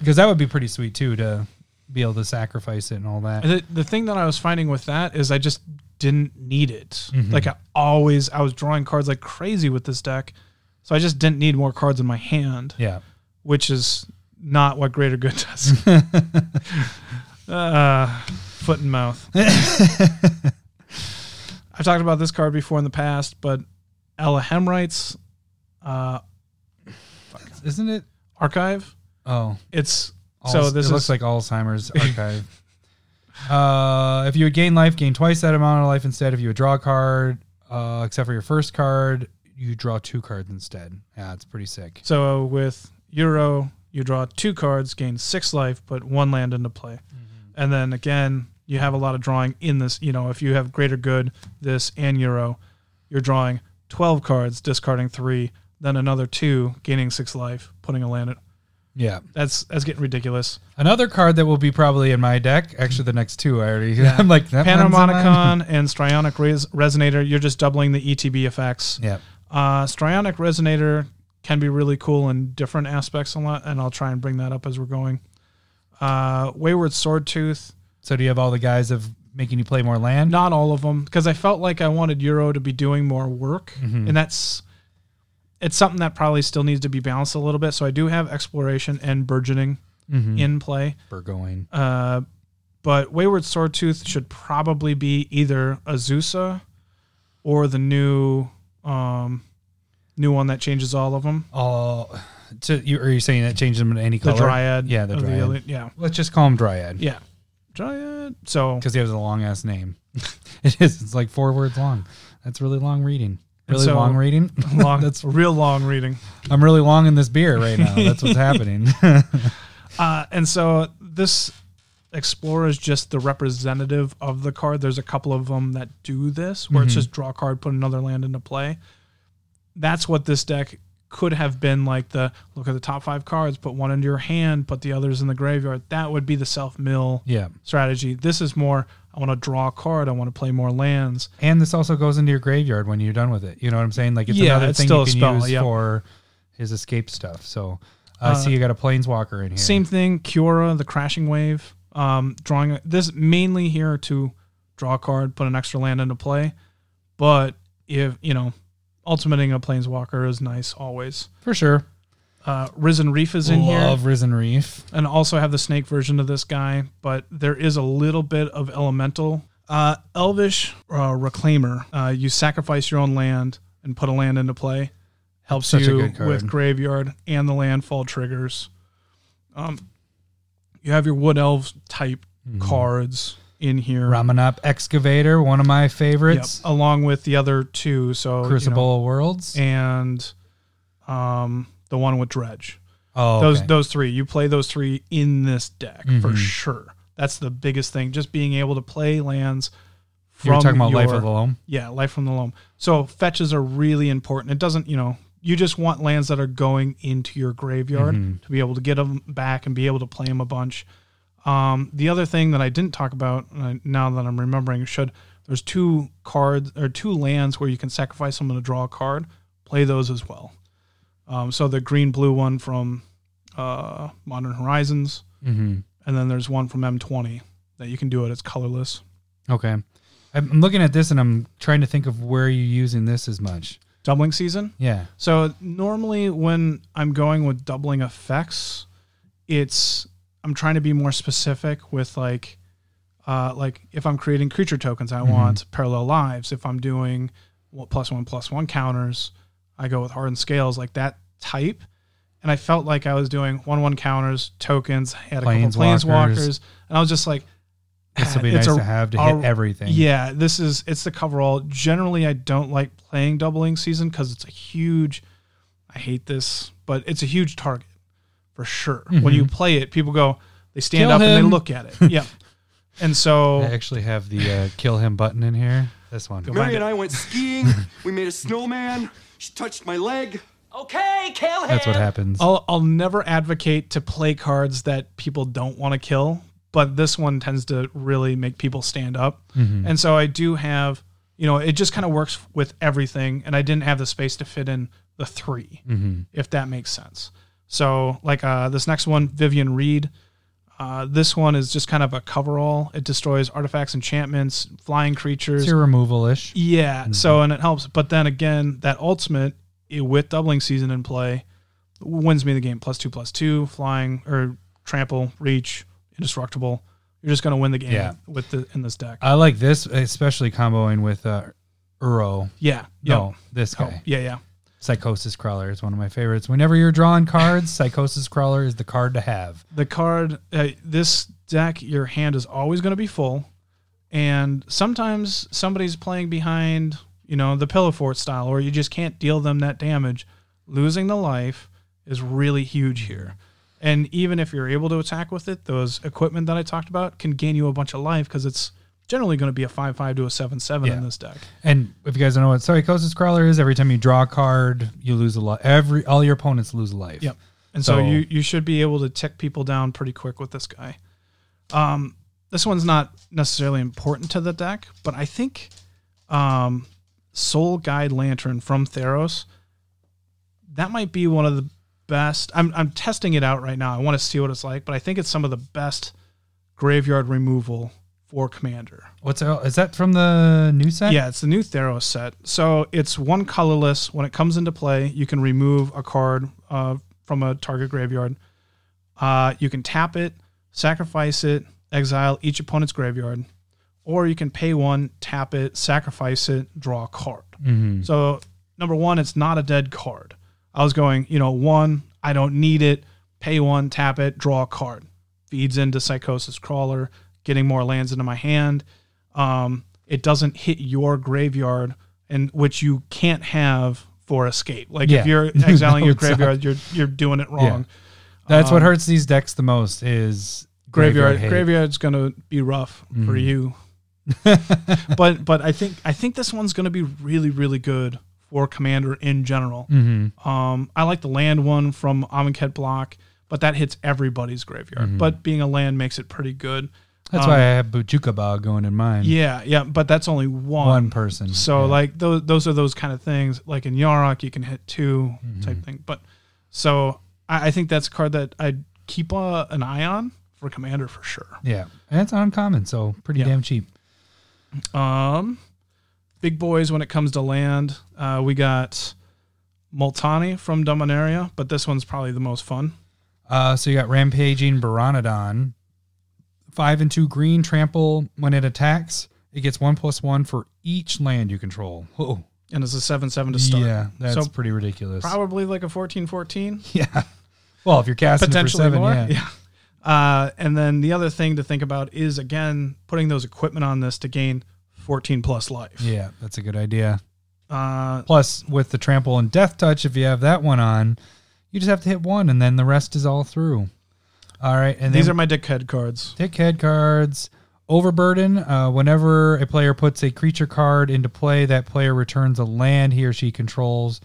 S2: because that would be pretty sweet too to be able to sacrifice it and all that.
S3: The, the thing that I was finding with that is I just didn't need it.
S2: Mm-hmm.
S3: Like I always, I was drawing cards like crazy with this deck, so I just didn't need more cards in my hand,
S2: Yeah,
S3: which is not what greater good does. uh, foot and mouth. I've talked about this card before in the past, but Alahemrites uh,
S2: Isn't it?
S3: archive.
S2: Oh.
S3: It's
S2: Alz-
S3: so this
S2: it
S3: is
S2: looks like Alzheimer's archive. uh, if you would gain life, gain twice that amount of life instead. If you would draw a card, uh, except for your first card, you draw two cards instead. Yeah, it's pretty sick.
S3: so uh, with Euro, you draw two cards, gain six life, put one land into play, and then again you have a lot of drawing in this. You know, if you have Greater Good, this and Euro, you're drawing twelve cards, discarding three, then another two, gaining six life, putting a land. In.
S2: Yeah.
S3: That's that's getting ridiculous.
S2: Another card that will be probably in my deck. Actually, the next two I already. I'm like that one's in mine.
S3: Panharmonicon and Strionic Res- Resonator, you're just doubling the ETB effects.
S2: Yeah.
S3: Uh, Strionic Resonator can be really cool in different aspects a lot, and I'll try and bring that up as we're going. Uh, Wayward Swordtooth,
S2: So do you have all the guys of making you play more land?
S3: not all of them, because I felt like I wanted Euro to be doing more work, and that's it's something that probably still needs to be balanced a little bit. So I do have exploration and burgeoning in play.
S2: Burgoyne.
S3: Uh, but Wayward Swordtooth should probably be either Azusa or the new um, new one that changes all of them.
S2: All. To Uh, you are you saying that changed them to any
S3: The
S2: color?
S3: Dryad.
S2: Yeah, the
S3: of
S2: dryad.
S3: alien- yeah,
S2: Let's just call him Dryad
S3: yeah, Dryad. So
S2: because he has a long ass name. it is. It's like four words long. That's really long reading.
S3: And
S2: Really
S3: so-
S2: long reading.
S3: long,
S2: That's
S3: that's real long reading.
S2: I'm really long in this beer right now. That's what's happening.
S3: Uh, and so this Explorer is just the representative of the card. There's a couple of them that do this,
S2: Mm-hmm.
S3: where it's just draw a card, put another land into play. That's what this deck could have been like the look at the top five cards, put one into your hand, put the others in the graveyard. That would be the self mill
S2: yeah.
S3: strategy. This is more, I want to draw a card, I want to play more lands.
S2: And this also goes into your graveyard when you're done with it. You know what I'm saying? Like it's
S3: Yeah,
S2: another
S3: it's
S2: thing
S3: still a
S2: you can
S3: spell,
S2: use
S3: yeah. Uh,
S2: for his escape stuff. So I see you got a planeswalker in here.
S3: Same thing, Kiora, the crashing wave. Um, drawing this mainly here to draw a card, put an extra land into play. But if you know, ultimating a planeswalker is nice always.
S2: for sure.
S3: Uh, Risen Reef is in
S2: Love
S3: here,
S2: Risen Reef.
S3: and also have the snake version of this guy. But there is a little bit of elemental. Uh, Elvish uh, Reclaimer. Uh, you sacrifice your own land and put a land into play. Helps
S2: Such a
S3: you
S2: good card.
S3: with graveyard and the landfall triggers. Um, you have your wood elf type
S2: Mm-hmm.
S3: cards in here.
S2: Ramanop Excavator, one of my
S3: Yep,
S2: favorites.
S3: along with the other two. So you know,
S2: Crucible of Worlds.
S3: and um, the one with dredge.
S2: oh,
S3: Those
S2: okay. Mm-hmm.
S3: those three. You play those three in this deck for sure. That's the biggest thing. Just being able to play lands from
S2: you were talking about Life
S3: your-
S2: of the Loam.
S3: Yeah, life from the loam. So fetches are really important. It doesn't, you know, you just want lands that are going into your graveyard to be able to get them back and be able to play them a bunch. Um, the other thing that I didn't talk about and I- now that I'm remembering should there's two cards or two lands where you can sacrifice someone to draw a card. Play those as well. Um, so the green blue one from uh, Modern Horizons,
S2: Mm-hmm.
S3: and then there's one from M20 that you can do it. It's colorless.
S2: Okay. I'm- I'm looking at this and I'm trying to think of where you're using this as much.
S3: Doubling season.
S2: Yeah.
S3: So normally when I'm going with doubling effects, it's I'm trying to be more specific with like uh, like if I'm creating creature tokens,
S2: Mm-hmm.
S3: I want parallel lives. If I'm doing one- plus one plus one counters, I go with hardened scales like that type. And I felt like I was doing one one counters, tokens, had a couple
S2: Planeswalkers.
S3: planeswalkers, and I was just like, "Ah,
S2: This will be
S3: It's
S2: nice
S3: a-
S2: to have to
S3: a-
S2: hit everything.
S3: yeah, this is it's the cover all. Generally, I don't like playing doubling season because it's a huge. I hate this, but it's a huge target for sure. When you play it, people go, they stand
S2: Mm-hmm. Kill
S3: up and they
S2: him.
S3: look at it. yeah, and so
S2: I actually have the uh, kill him button in here. This one.
S1: Mary and I went skiing. we made a snowman. She touched my leg.
S5: Okay, kill him.
S2: That's what happens.
S3: I'll I'll never advocate to play cards that people don't want to kill, but this one tends to really make people stand up.
S2: Mm-hmm.
S3: And so I do have, you know, it just kind of works with everything and I didn't have the space to fit in the 3
S2: Mm-hmm.
S3: if that makes sense. So like uh this next one Vivian Reed uh, this one is just kind of a coverall. It destroys artifacts, enchantments, flying creatures.
S2: It's your removal ish.
S3: Yeah.
S2: Mm-hmm.
S3: So and it helps, but then again, that ultimate eh, with doubling season in play wins me the game. Plus two, plus two, flying or trample, reach, indestructible. You're just gonna win the game
S2: Yeah.
S3: with the in this deck.
S2: I like this, especially comboing with uh, Uro.
S3: yeah.
S2: No, this
S3: Yeah.
S2: guy.
S3: Yeah. Yeah.
S2: Psychosis Crawler is one of my favorites. Whenever you're drawing cards, Psychosis Crawler is the card to have.
S3: the card uh, this deck your hand is always going to be full and sometimes somebody's playing behind you know the pillow fort style or you just can't deal them that damage losing the life is really huge here and even if you're able to attack with it those equipment that i talked about can gain you a bunch of life because it's generally going to be a 5-5 to a 7-7
S2: Yeah.
S3: in this deck
S2: And if you guys don't know what Psychosis Crawler is, every time you draw a card, you lose a life. Every all your opponents lose a life.
S3: Yep. And so,
S2: So-
S3: you you should be able to tick people down pretty quick with this guy. Um, this one's not necessarily important to the deck, but I think um, Soul Guide Lantern from Theros that might be one of the best. I'm I'm testing it out right now. I want to see what it's like, but I think it's some of the best graveyard removal for Commander.
S2: What's uh, is that from the new set?
S3: Yeah, it's the new Theros set. So it's one colorless. When it comes into play, you can remove a card uh, from a target graveyard. Uh, you can tap it, sacrifice it, exile each opponent's graveyard, or you can pay one, tap it, sacrifice it, draw a card.
S2: Hmm.
S3: So number one, it's not a dead card. I was going, you know, one, I don't need it. Pay one, tap it, draw a card. Feeds into Psychosis Crawler, getting more lands into my hand. Um, it doesn't hit your graveyard, and which you can't have for escape. Like
S2: Yeah.
S3: if you're exiling
S2: No,
S3: your
S2: it's not.
S3: graveyard, you're you're doing it wrong.
S2: That's what hurts these decks the most is
S3: um, graveyard
S2: hate. Mm.
S3: graveyard's gonna be rough for you. but but I think I think this one's gonna be really really good for commander in general.
S2: Mm-hmm.
S3: Um, I like the land one from Amonkhet block, but that hits everybody's graveyard.
S2: Mm-hmm.
S3: But being a land makes it pretty good.
S2: That's why I have Bujukaba going in mine.
S3: um, Yeah, yeah, but that's only
S2: One person.
S3: so like those those are those kind of things. Like in Yarok, you can hit 2
S2: Mm-hmm.
S3: type thing. But so I, I think that's a card that I'd keep uh, an eye on for commander for sure.
S2: Yeah. And it's uncommon, so pretty
S3: Yeah.
S2: damn cheap.
S3: Um, big boys when it comes to land. Uh, we got Multani from Dominaria, but this one's probably the most fun.
S2: Uh, so you got Rampaging Baronodon. Five and two green trample. When it attacks, it gets one plus one for each land you control. Whoa.
S3: And it's a 7 7 to start.
S2: Yeah, that's
S3: so
S2: pretty ridiculous.
S3: probably like a 14 14.
S2: yeah. Well, if you're casting it for
S3: potentially
S2: seven,
S3: more.
S2: yeah.
S3: Uh, and then the other thing to think about is again putting those equipment on this to gain 14 plus life.
S2: Yeah, that's a good idea.
S3: Uh,
S2: Plus, with the trample and death touch, if you have that one on, you just have to hit one, and then the rest is all through. All right, and
S3: these
S2: then
S3: are my dickhead cards.
S2: Dickhead cards. Overburden. Uh, whenever a player puts a creature card into play, that player returns a land he or she controls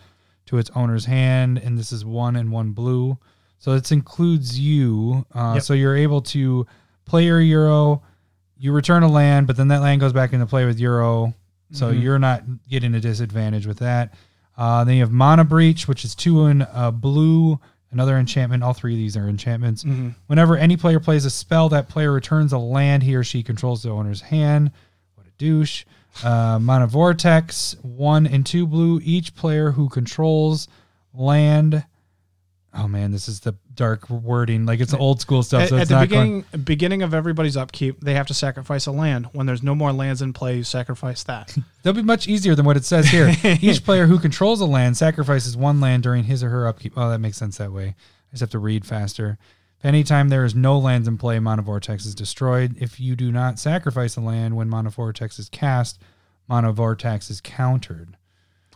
S2: to its owner's hand, and this is one and one blue. So this includes you. Uh,
S3: Yep.
S2: So you're able to play your euro. You return a land, but then that land goes back into play with euro. So
S3: Mm-hmm.
S2: you're not getting a disadvantage with that. Uh, then you have Mana Breach, which is two in uh, blue, another enchantment. All three of these are enchantments.
S3: Mm-hmm.
S2: Whenever any player plays a spell, that player returns a land he or she controls to the owner's hand. What a douche. Uh, Mana Vortex, one and two blue. Each player who controls land. Oh man, this is the dark wording. Like it's the old school stuff.
S3: At,
S2: Oh, so
S3: at
S2: it's
S3: the
S2: not going.
S3: beginning, beginning of everybody's upkeep, they have to sacrifice a land. When there's no more lands in play, you sacrifice that.
S2: That'll be much easier than what it says here. Each player who controls a land sacrifices one land during his or her upkeep. Oh, that makes sense that way. I just have to read faster. If any time there is no lands in play, Mono Vortex is destroyed. If you do not sacrifice a land when Mono Vortex is cast, Mono Vortex is countered.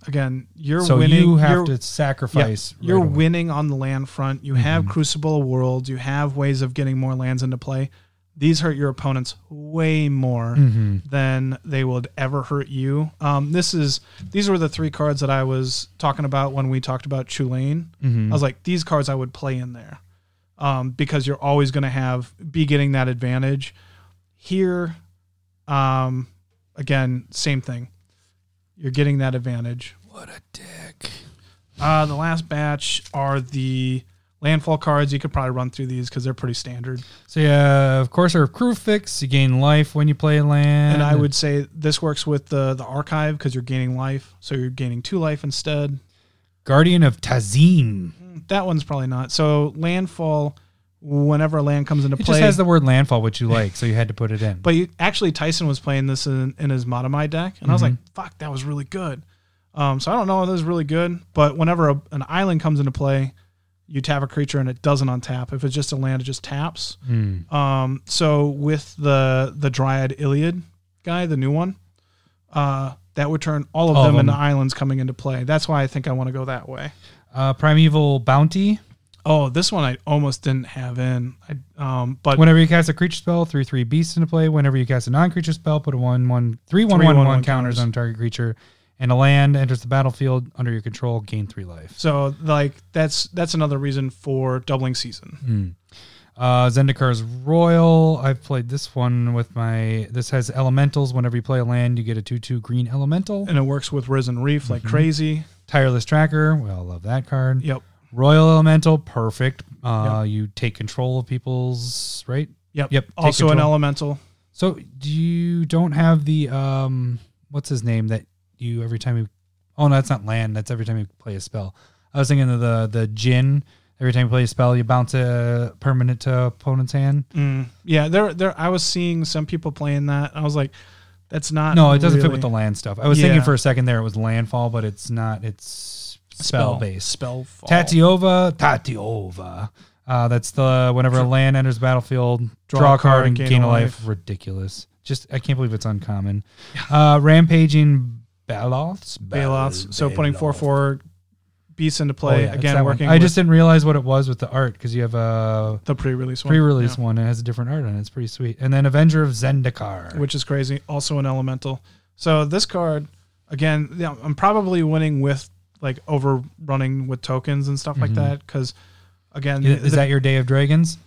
S3: Again, you're
S2: so
S3: winning.
S2: you have
S3: you're-
S2: to sacrifice.
S3: Yeah, you're
S2: right away. Mm-hmm.
S3: winning on the land front. You have Crucible of Worlds. You have ways of getting more lands into play. These hurt your opponents way more
S2: Mm-hmm.
S3: than they would ever hurt you. Um, this is these were the three cards that I was talking about when we talked about Chulain.
S2: Mm-hmm.
S3: I was like, these cards I would play in there um, because you're always going to have be getting that advantage. Here, um, again, same thing. You're getting that advantage. Uh, the last batch are the landfall cards. You could probably run through these because they're pretty standard.
S2: So yeah, of course, our crew fix. You gain life when you play a land.
S3: And I would say this works with the the archive because you're gaining life, so you're gaining two life instead.
S2: Guardian of
S3: Mm-hmm.
S2: Tazim.
S3: That one's probably not. So landfall, whenever land comes into
S2: It
S3: play,
S2: just has the word landfall, which you like, so you had to put it in. Mm-hmm.
S3: But you, actually, Tyson was playing this in, in his Matamai deck, and I was like, "Fuck, that was really good." Um, so I don't know if this is really good, but whenever a, an island comes into play, you tap a creature and it doesn't untap. If it's just a land, it just taps.
S2: Hmm.
S3: Um, so with the the Dryad Iliad guy, the new one, uh, that would turn all of
S2: All of
S3: them, into
S2: them.
S3: islands coming into play. That's why I think I want to go that way.
S2: Uh, Primeval Bounty.
S3: Oh, this one I almost didn't have in. I, um, but
S2: Whenever you cast a creature spell, three three beasts into play. Whenever you cast a non-creature spell, put a one one three one
S3: Three,
S2: one
S3: one,
S2: one
S3: one
S2: counters
S3: counters.
S2: on target creature, and a land enters the battlefield under your control. Gain three life.
S3: so like that's that's another reason for doubling season.
S2: Uh, Zendikar's Royal. I've played this one with my. This has elementals. Whenever you play a land, you get a two two green elemental.
S3: and it works with Risen Reef
S2: Mm-hmm.
S3: like crazy.
S2: Tireless Tracker. We all love that card.
S3: Yep.
S2: Royal Elemental. Perfect. Uh, You take control of people's right.
S3: Yep.
S2: Yep, take
S3: Also an
S2: control.
S3: elemental.
S2: So do you don't have the um what's his name that you every time you oh no that's not land that's every time you play a spell. I was thinking of the the Jin. Every time you play a spell, you bounce a permanent to opponent's hand.
S3: Mm. Yeah, there there I was seeing some people playing that. I was like, that's not
S2: No, it doesn't fit
S3: really
S2: with the land stuff. I was thinking
S3: Yeah.
S2: for a second there it was landfall, but it's not. It's spell based.
S3: Spell fall.
S2: Oh. Tatiova, Tatiova. Uh, that's the whenever a land enters the battlefield, draw, a card and gain, a life. Ridiculous. Just I can't believe it's uncommon. Uh, rampaging Baloths.
S3: Bailouts. So putting four four beasts into
S2: Oh, yeah,
S3: play
S2: it's that
S3: again,
S2: one.
S3: working.
S2: I
S3: with
S2: just didn't realize what it was with the art because you have a
S3: the pre-release one,
S2: pre-release
S3: Yeah.
S2: one and it has a different art on it. It's pretty sweet. And then Avenger of Zendikar.
S3: which is crazy. Also an elemental. So this card again, yeah, I'm probably winning with like overrunning with tokens and stuff like that because again,
S2: Mm-hmm. is, is
S3: the-
S2: that your Day of Dragons?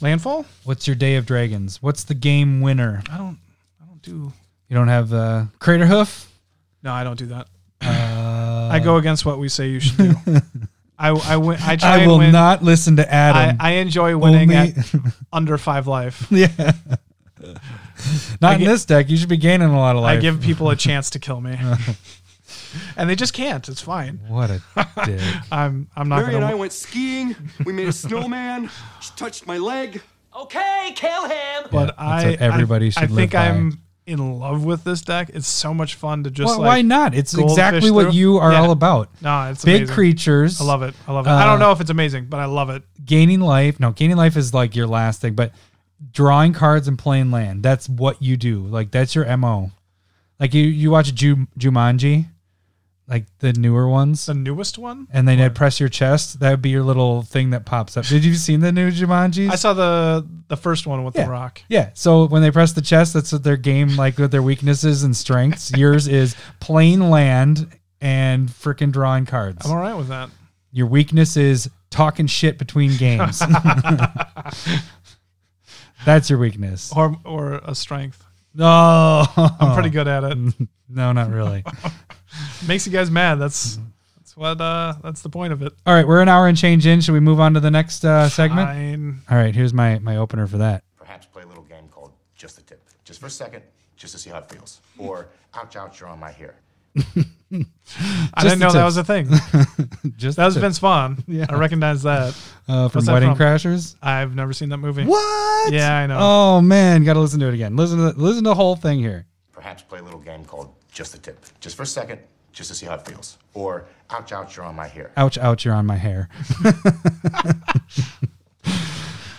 S3: landfall?
S2: What's your Day of Dragons? What's the game winner?
S3: I don't, I don't do.
S2: You don't have uh, Crater Hoof.
S3: No, I don't do that.
S2: Uh,
S3: I go against what we say you should do. I I win. I try
S2: I
S3: and
S2: will
S3: win.
S2: not listen to
S3: I,
S2: Adam.
S3: I enjoy winning
S2: Only-
S3: at under five life.
S2: Yeah. Not
S3: I
S2: in
S3: gi-
S2: this deck. You should be gaining a lot of
S3: I
S2: life.
S3: give people a chance to kill me, and they just can't. It's fine.
S2: What a dick.
S3: I'm I'm not
S1: Mary and I
S3: gonna.
S1: went skiing. We made a snowman. She touched my leg.
S5: Okay, kill him.
S3: But
S2: Yeah,
S3: I
S2: that's what everybody
S3: I,
S2: should
S3: I think
S2: live by.
S3: I'm in love with this deck. It's so much fun to just
S2: Well, why
S3: like.
S2: not? It's
S3: goldfish
S2: exactly what
S3: through-
S2: you are
S3: Yeah.
S2: all about.
S3: No, it's
S2: Big
S3: amazing.
S2: creatures.
S3: I love it. I love it. I
S2: Uh,
S3: don't know if it's amazing, but I love it.
S2: Gaining life. No, gaining life is like your last thing, but drawing cards and playing land. That's what you do. Like that's your MO. Like you you watch Ju- Jumanji, like the newer ones.
S3: The newest one.
S2: and then they'd press your chest. That would be your little thing that pops up. Did you seen the new Jumanji?
S3: I saw the the first one with the rock.
S2: Yeah. So when they press the chest, that's what their game like with their weaknesses and strengths. Yours is plain land and freaking drawing cards.
S3: I'm all right with that.
S2: Your weakness is talking shit between games. that's your weakness.
S3: Or or a strength.
S2: No, Oh.
S3: I'm pretty good at it.
S2: No, not really.
S3: makes you guys mad.
S2: Mm-hmm.
S3: That's that's what uh that's the point of it.
S2: All right, we're an hour and change in. Should we move on to the next uh, segment?
S3: Fine.
S2: All right, here's my my opener for that.
S6: perhaps play a little game called Just the Tip, just for a second, just to see how it feels. Or, ouch, ouch, you're on my hair.
S3: I
S2: Just
S3: didn't
S2: the
S3: know
S2: tip.
S3: that was a thing.
S2: Just
S3: That was
S2: to-
S3: Vince Vaughn. I recognize that.
S2: uh, from
S3: what's that
S2: Wedding
S3: from?
S2: Crashers.
S3: I've never seen that movie.
S2: What?
S3: Yeah, I know.
S2: Oh man, got to listen to it again. Listen to the, listen to the whole thing here.
S6: Perhaps play a little game called Just the Tip, just for a second, just to see how it feels. Or, ouch, ouch, you're on my hair.
S2: Ouch, ouch, you're on my hair.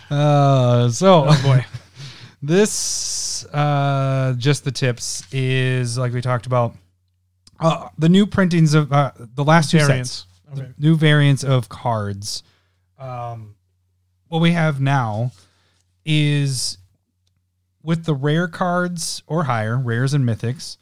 S2: uh, so,
S3: Oh, Boy,
S2: this, uh, just the tips, is like we talked about uh, the new printings of uh, the last two
S3: variants.
S2: sets,
S3: Okay.
S2: new variants of cards. Um, what we have now is with the rare cards or higher, rares and mythics.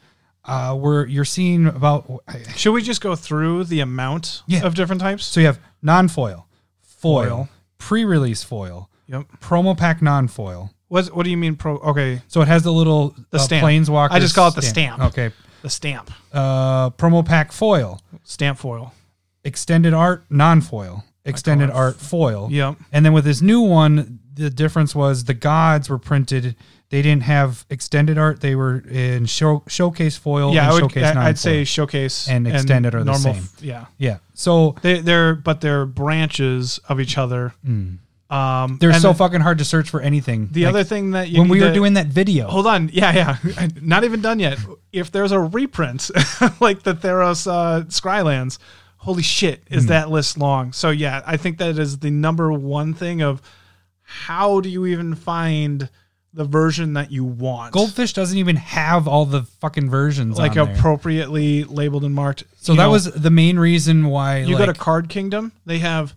S2: Uh, where you're seeing about
S3: Should we just go through the amount
S2: Yeah.
S3: of different types?
S2: So you have non foil, foil,
S3: Foil.
S2: pre release foil,
S3: yep.
S2: promo pack non foil.
S3: What what do you mean pro okay,
S2: So it has the little uh,
S3: The stamp.
S2: planeswalker.
S3: I just call it the stamp.
S2: Okay.
S3: the stamp.
S2: Uh, promo pack foil,
S3: Stamp foil.
S2: extended art non foil, extended art foil.
S3: Yep.
S2: And then with this new one, the difference was the gods were printed. They didn't have extended art. They were in show, showcase foil.
S3: Yeah,
S2: and
S3: I would
S2: showcase
S3: I,
S2: non-foil.
S3: I'd say showcase
S2: And extended are the
S3: normal
S2: same.
S3: f- yeah.
S2: yeah. So
S3: They they're but they're branches of each other. Um,
S2: They're
S3: and
S2: so
S3: the-
S2: fucking hard to search for anything.
S3: The
S2: Mm, Like,
S3: other thing that you
S2: when we
S3: need
S2: were
S3: to-
S2: doing that video,
S3: Hold on. Yeah, yeah. Not even done yet. If there's a reprint, like the Theros uh, Skylands, holy shit, is
S2: Hmm.
S3: that list long? So, yeah, I think that is the number one thing of how do you even find the version that you want?
S2: Goldfish doesn't even have all the fucking versions.
S3: like
S2: on there.
S3: appropriately labeled and marked.
S2: So
S3: You
S2: that
S3: know,
S2: was the main reason why
S3: You
S2: like,
S3: go to Card Kingdom, they have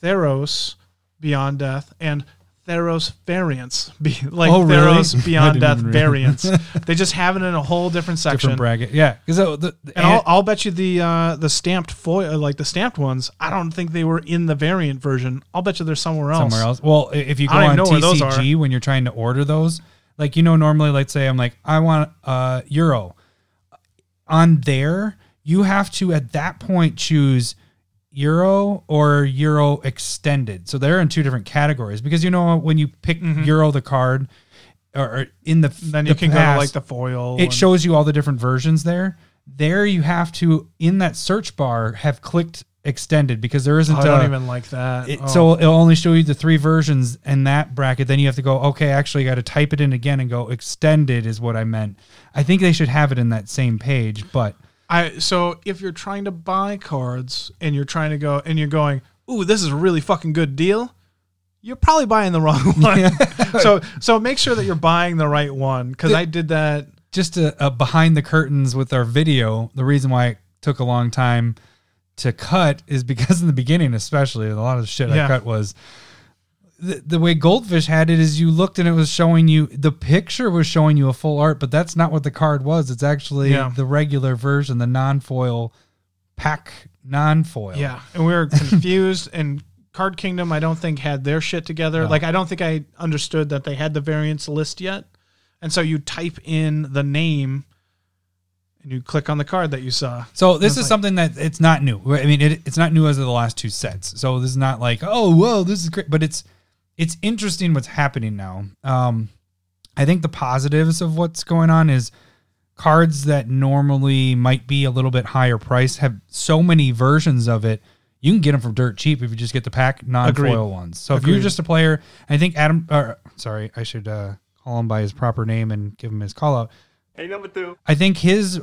S3: Theros Beyond Death and Theros variants, be, like
S2: Oh, really?
S3: Theros
S2: I
S3: Beyond
S2: didn't
S3: Death
S2: even realize.
S3: variants. they just have it in a whole different section.
S2: different bracket. Yeah, because the, the-
S3: and I'll, I'll bet you the uh, the stamped foil, like the stamped ones, I don't think they were in the variant version. I'll bet you they're somewhere else.
S2: somewhere else. Well, i- if you go
S3: I don't
S2: on
S3: even know where those
S2: TCG when you're trying to order those, like you know, normally, let's say I'm like, I want uh euro. On there, you have to at that point choose euro or euro extended. So they're in two different categories because you know when you pick euro the card or, or in the
S3: Mm-hmm. Then you
S2: the
S3: can go to
S2: past,
S3: like the foil.
S2: it
S3: and-
S2: shows you all the different versions there. There you have to in that search bar have clicked extended because there isn't
S3: I don't
S2: a-
S3: even like that.
S2: uh, it,
S3: Oh.
S2: So it'll only show you the three versions in that bracket. Then you have to go, okay, actually, got to type it in again and go extended is what I meant. I think they should have it in that same page, but
S3: I so if you're trying to buy cards and you're trying to go and you're going, ooh, this is a really fucking good deal. You're probably buying the wrong one. so so make sure that you're buying the right one because I did that.
S2: just a, a behind the curtains with our video. The reason why it took a long time to cut is because in the beginning, especially, a lot of the shit I
S3: Yeah.
S2: cut was. The, the way Goldfish had it is you looked and it was showing you the picture was showing you a full art, but that's not what the card was. It's actually
S3: Yeah.
S2: the regular version, the non foil pack non foil.
S3: Yeah, and we were confused. and Card Kingdom, I don't think had their shit together. Like I don't think I understood that they had the variants list yet. And so you type in the name, and you click on the card that you saw.
S2: So this is something that it's not new. I mean, it, it's not new as of the last two sets. So this is not like, oh, whoa, this is great. But it's it's interesting what's happening now. Um, I think the positives of what's going on is cards that normally might be a little bit higher price have so many versions of it. You can get them for dirt cheap if you just get the pack non-foil
S3: Agreed.
S2: ones. So if you're
S3: Agreed.
S2: just a player, I think Adam. Or, sorry, I should uh, call him by his proper name and give him his call out.
S1: Hey, number two.
S2: I think his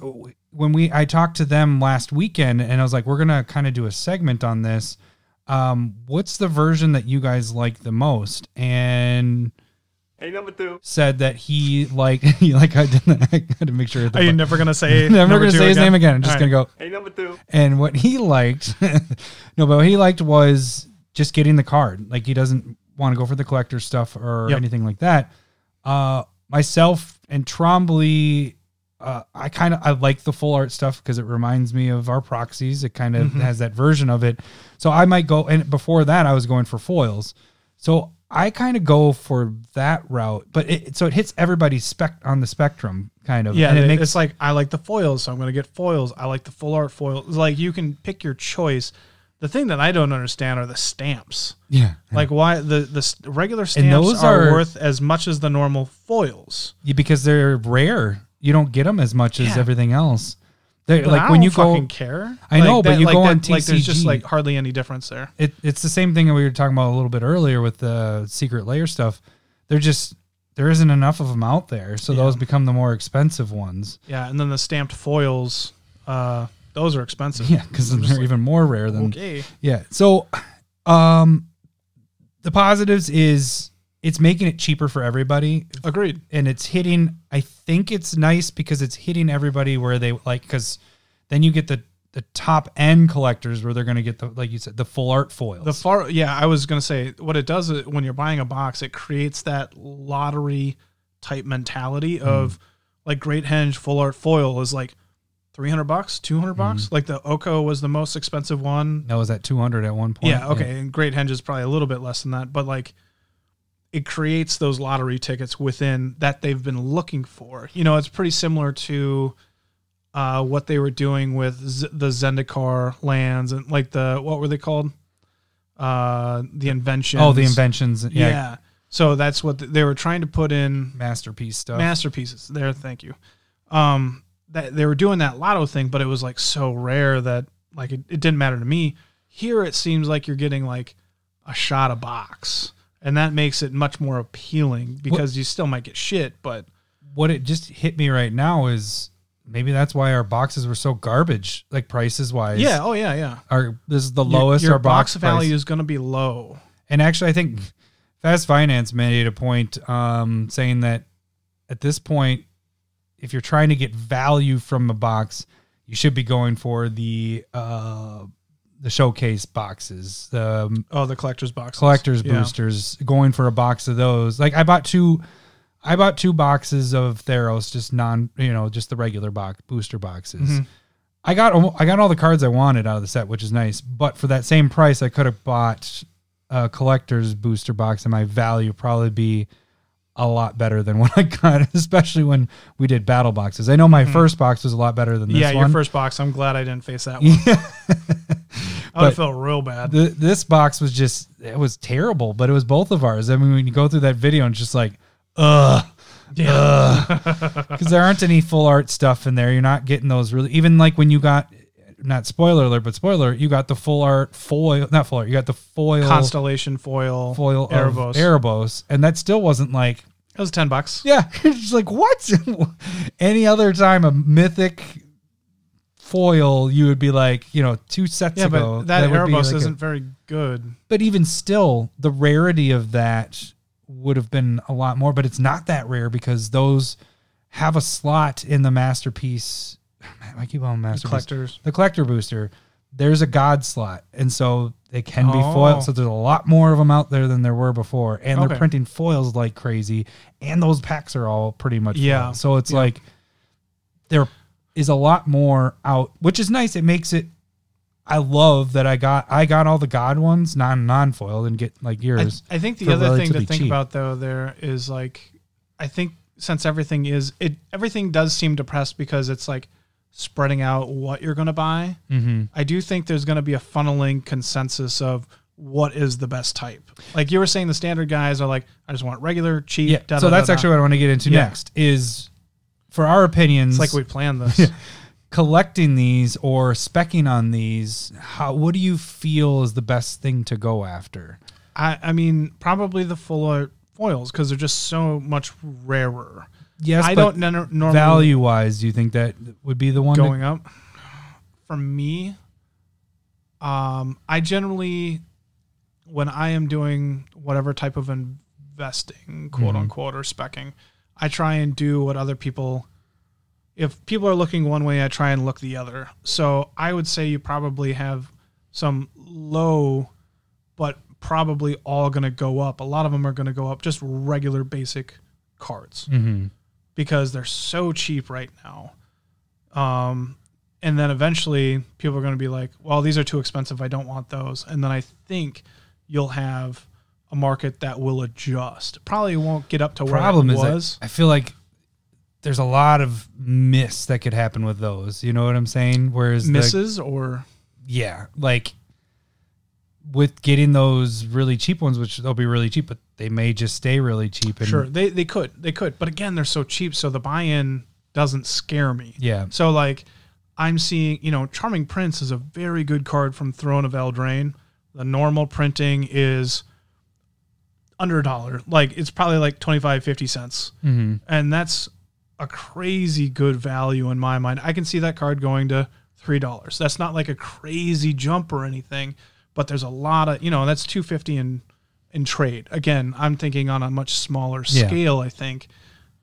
S2: when we I talked to them last weekend and I was like, we're gonna kind of do a segment on this. Um, what's the version that you guys like the most? And
S1: Hey, number two.
S2: said that he liked he like I didn't I had to make sure. At the
S3: Are you
S2: bu-
S3: never gonna say?
S2: I'm never
S3: number
S2: gonna
S3: two
S2: say his name again. I'm just
S3: All right.
S2: gonna go.
S1: Hey, number two.
S2: And what he liked, no, but what he liked was just getting the card. Like he doesn't want to go for the collector stuff or
S3: Yep.
S2: anything like that. Uh, myself and Trombley, uh, I kind of I like the full art stuff because it reminds me of our proxies. It kind
S3: Mm-hmm.
S2: of has that version of it. So I might go. And before that, I was going for foils. So I kind of go for that route. But it so it hits everybody spec on the spectrum kind of.
S3: Yeah,
S2: and it
S3: they-
S2: makes
S3: it's like I like the foils, so I'm going to get foils. I like the full art foil. It's Like you can pick your choice. The thing that I don't understand are the stamps.
S2: yeah.
S3: Like why the the s- regular stamps
S2: those
S3: are,
S2: are-
S3: worth as much as the normal foils.
S2: Yeah, because they're rare. You don't get them as much as
S3: Yeah.
S2: everything else. They're,
S3: But I
S2: like when
S3: don't
S2: you
S3: fucking
S2: go,
S3: care.
S2: I know, but you go on
S3: Like there's just
S2: TCG.
S3: like hardly any difference there.
S2: it, it's the same thing that we were talking about a little bit earlier with the secret layer stuff. They're just there isn't enough of them out there, so those become the more expensive ones.
S3: Yeah, and then the stamped foils, uh, those are expensive.
S2: Yeah, because they're even more rare than
S3: Okay.
S2: Yeah. So, um, the positives is it's making it cheaper for everybody.
S3: Agreed.
S2: and it's hitting i think it's nice because it's hitting everybody where they like because then you get the the top end collectors where they're going to get the like you said the full art foils
S3: The far, yeah, I was gonna say what it does is when you're buying a box, it creates that lottery type mentality of like Great Henge full art foil is like three hundred bucks, two hundred bucks. Like the Oko was the most expensive one.
S2: that was at 200 at one point
S3: Yeah, okay, and Great Henge is probably a little bit less than that, but like it creates those lottery tickets within that they've been looking for. You know, it's pretty similar to. Uh, what they were doing with Z- the Zendikar lands and like the what were they called? Uh, the invention.
S2: oh the inventions
S3: Yeah.
S2: yeah,
S3: So that's what th- they were trying to put in
S2: masterpiece stuff
S3: masterpieces. There, thank you. Um, that they were doing that lotto thing, but it was like so rare that like it, it didn't matter to me. Here, it seems like you're getting like a shot a box. and that makes it much more appealing because you still might get shit, but
S2: What it just hit me right now is maybe that's why our boxes were so garbage, like prices wise.
S3: yeah, oh yeah, yeah.
S2: Our this is the
S3: Your-
S2: lowest
S3: your
S2: our
S3: box,
S2: box, price-
S3: value is going to be low.
S2: And actually, I think Fast Finance made a point um, saying that at this point, if you're trying to get value from a box, you should be going for the uh, the showcase boxes, the um,
S3: Oh, the collector's box.
S2: collectors boosters. Going for a box of those. Like I bought two. I bought two boxes of Theros, just non, you know, just the regular box booster boxes.
S3: Mm-hmm.
S2: I got almo- I got all the cards I wanted out of the set, which is nice. But for that same price, I could have bought a collector's booster box, and my value would probably be a lot better than what I got, especially when we did battle boxes. I know my first box was a lot better than this
S3: Mm-hmm. Yeah, your
S2: one.
S3: first box. I'm glad I didn't face that one. I would
S2: But-
S3: have felt real bad.
S2: Th- this box was just it was terrible, but it was both of ours. I mean, when you go through that video, and it's just like, ugh, because there aren't any full art stuff in there. You're not getting those really. Even like when you got, not spoiler alert, but spoiler, alert, you got the full art foil, not foil. You got the foil
S3: Constellation foil,
S2: foil
S3: Erebos.
S2: Erebos. Erebos, and that still wasn't like,
S3: that was ten bucks.
S2: yeah, it's just like what? any other time a mythic foil, you would be like, you know, two sets
S3: Yeah,
S2: ago.
S3: but that,
S2: would be
S3: Erebos
S2: like a-
S3: isn't very good.
S2: but even still, the rarity of that would have been a lot more. But it's not that rare because those have a slot in the masterpiece. I keep on masterpiece
S3: collectors.
S2: the collector booster. There's a god slot, and so they can be
S3: Oh.
S2: foiled. So there's a lot more of them out there than there were before, and
S3: Okay.
S2: they're printing foils like crazy. And those packs are all pretty much
S3: Yeah.
S2: foil. So it's like there is a lot more out, which is nice. It makes it I love that I got I got all the god ones non non foiled and get like
S3: I,
S2: yours.
S3: I think the
S2: for
S3: other thing to
S2: relatively
S3: think
S2: cheap.
S3: about though there is like I think since everything is it everything does seem depressed because it's like spreading out what you're gonna buy. Mm-hmm. I do think there's gonna be a funneling consensus of what is the best type. Like you were saying, the standard guys are like, I just want regular, cheap.
S2: yeah.
S3: da,
S2: so
S3: da,
S2: that's
S3: da,
S2: actually
S3: da.
S2: what I want to get into
S3: Yeah.
S2: next is for our opinions
S3: it's like we planned this.
S2: collecting these or specking on these. How what do you feel is the best thing to go after?
S3: I, I mean, probably the full art foils because they're just so much rarer.
S2: Yes,
S3: I
S2: but
S3: don't nor- normally
S2: value wise. Do you think that would be the one?
S3: going up. For me, um, I generally, when I am doing whatever type of investing, quote unquote, or specking, I try and do what other people. If people are looking one way, I try and look the other. So I would say you probably have some low, but probably all going to go up. A lot of them are going to go up. Just regular basic cards
S2: hmm
S3: because they're so cheap right now. Um, and then eventually people are going to be like, well, these are too expensive. I don't want those. And then I think you'll have a market that will adjust. Probably won't get up to where
S2: Problem
S3: it
S2: is, that
S3: was.
S2: I feel like there's a lot of miss that could happen with those. You know what I'm saying? Whereas the,
S3: misses or
S2: yeah, like with getting those really cheap ones, which they'll be really cheap, but they may just stay really cheap. And
S3: sure they, they could they could but again they're so cheap so the buy-in doesn't scare me
S2: Yeah.
S3: so like i'm seeing you know charming prince is a very good card from throne of eldraine the normal printing is under a dollar like it's probably like 25 50 cents
S2: Mhm.
S3: and that's a crazy good value in my mind. I can see that card going to three dollars. That's not like a crazy jump or anything, but there's a lot of you know that's two fifty in in trade. Again, I'm thinking on a much smaller
S2: Yeah.
S3: scale. I think,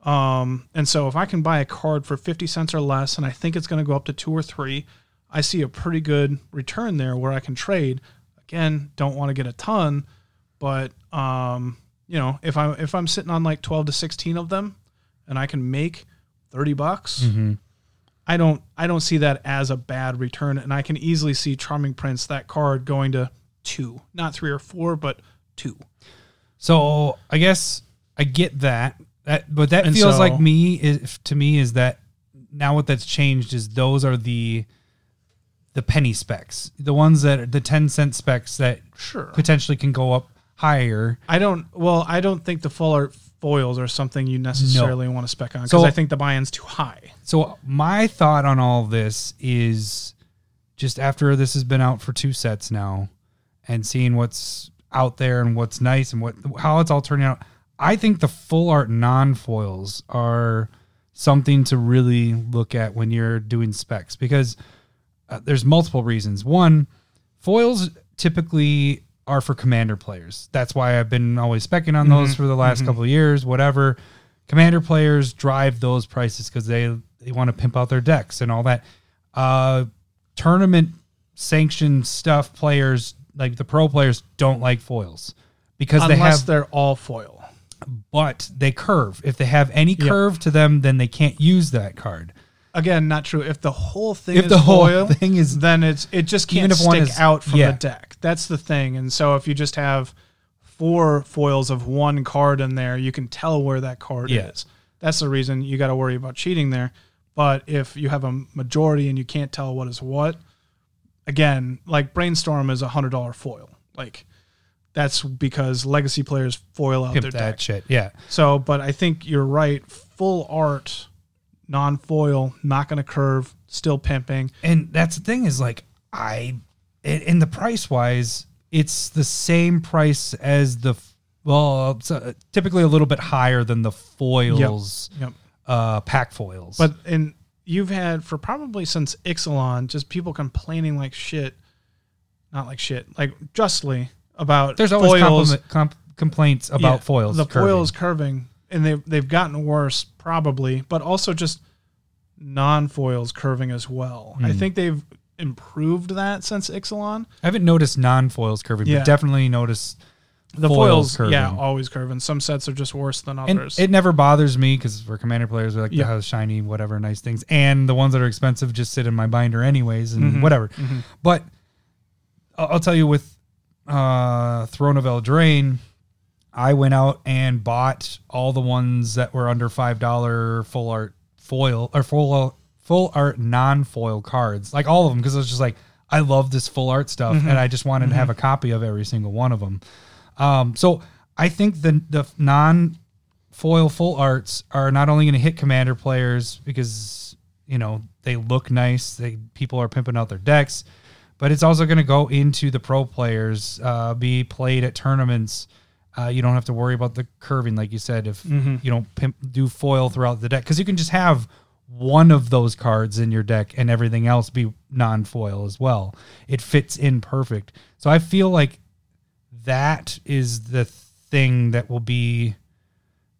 S3: um, and so if I can buy a card for fifty cents or less, and I think it's going to go up to two or three, I see a pretty good return there where I can trade. Again, don't want to get a ton, but um, you know if I if I'm sitting on like twelve to sixteen of them, and I can make 30 bucks,
S2: Mm-hmm.
S3: I don't I don't see that as a bad return and I can easily see Charming Prince that card going to 2, not 3 or 4 but 2.
S2: So I guess I get that. That but that
S3: And
S2: feels
S3: so-
S2: like me is to me is that now what that's changed is those are the the penny specs. The ones that are the 10 cent specs that
S3: Sure.
S2: potentially can go up higher.
S3: I don't well, I don't think the full art foils are something you necessarily want to spec on cuz
S2: So-
S3: I think the buy-in's too high.
S2: So my thought on all this is just after this has been out for two sets now and seeing what's out there and what's nice and what how it's all turning out. I think the full art non foils are something to really look at when you're doing specs because uh, there's multiple reasons. One, foils typically are for commander players. That's why I've been always specking on those
S3: Mm-hmm.
S2: for the last couple of years, whatever. Commander players drive those prices because they, they want to pimp out their decks and all that. Uh, tournament sanctioned stuff players, like the pro players, don't like foils because they
S3: Unless
S2: have
S3: they are all foil.
S2: but they curve. If they have any curve to them, then they can't use that card.
S3: Again, not true. If the whole thing
S2: If
S3: is
S2: the whole
S3: foil,
S2: thing is-
S3: then it's it just
S2: Even
S3: can't
S2: if one
S3: stick
S2: is-
S3: out from
S2: yeah.
S3: the deck. That's the thing. And so if you just have four foils of one card in there, you can tell where that card
S2: Yeah.
S3: is. That's the reason you got to worry about cheating there. But if you have a majority and you can't tell what is what, again, like brainstorm is a hundred dollar foil. Like that's because legacy players foil out
S2: Pimp
S3: their
S2: that
S3: deck.
S2: shit. Yeah.
S3: So, but I think you're right. Full art, non foil, not going to curve, still pimping.
S2: and that's the thing is like I and and the price wise, it's the same price as the f- well, it's, uh, typically a little bit higher than the foils,
S3: Yep.
S2: uh, pack foils.
S3: But and you've had for probably since Ixalan, just people complaining like shit, not like shit, like justly about
S2: there's always
S3: foils.
S2: compliment, comp, complaints about
S3: Yeah,
S2: foils.
S3: The
S2: curving.
S3: foils curving, and they they've gotten worse probably, but also just non foils curving as well.
S2: Hmm.
S3: I think they've improved that since Ixalan.
S2: I haven't noticed non foils curving,
S3: Yeah.
S2: but definitely noticed
S3: the
S2: foils
S3: foils,
S2: curving.
S3: yeah, always curve, and some sets are just worse than
S2: and
S3: others.
S2: it never bothers me because for commander players, we like
S3: Yeah.
S2: to have shiny, whatever, nice things. And the ones that are expensive just sit in my binder anyways, and whatever. But I- I'll tell you, with uh, Throne of Eldraine, I went out and bought all the ones that were under five dollar full art foil or full full art non foil cards, like all of them, because I was just like, I love this full art stuff, and I just wanted to have a copy of every single one of them. Um, so I think the the non foil full arts are not only going to hit commander players because you know they look nice, they people are pimping out their decks, but it's also going to go into the pro players, uh, be played at tournaments. Uh, you don't have to worry about the curving, like you said, if you don't pimp, do foil throughout the deck, because you can just have one of those cards in your deck and everything else be non-foil as well. It fits in perfect. So I feel like that is the thing that will be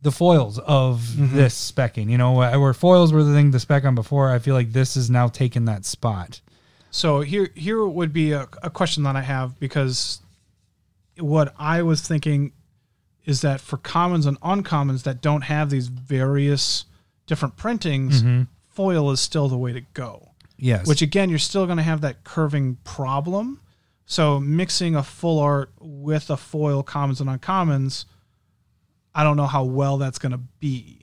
S2: the foils of
S3: Mm-hmm.
S2: this specking. You know, where foils were the thing to spec on before, I feel like this is now taking that spot.
S3: so here, here would be a, a question that I have because what I was thinking is that for commons and uncommons that don't have these various different printings, foil is still the way to go.
S2: Yes.
S3: Which again, you're still going to have that curving problem. So mixing a full art with a foil commons and uncommons, I don't know how well that's going to be,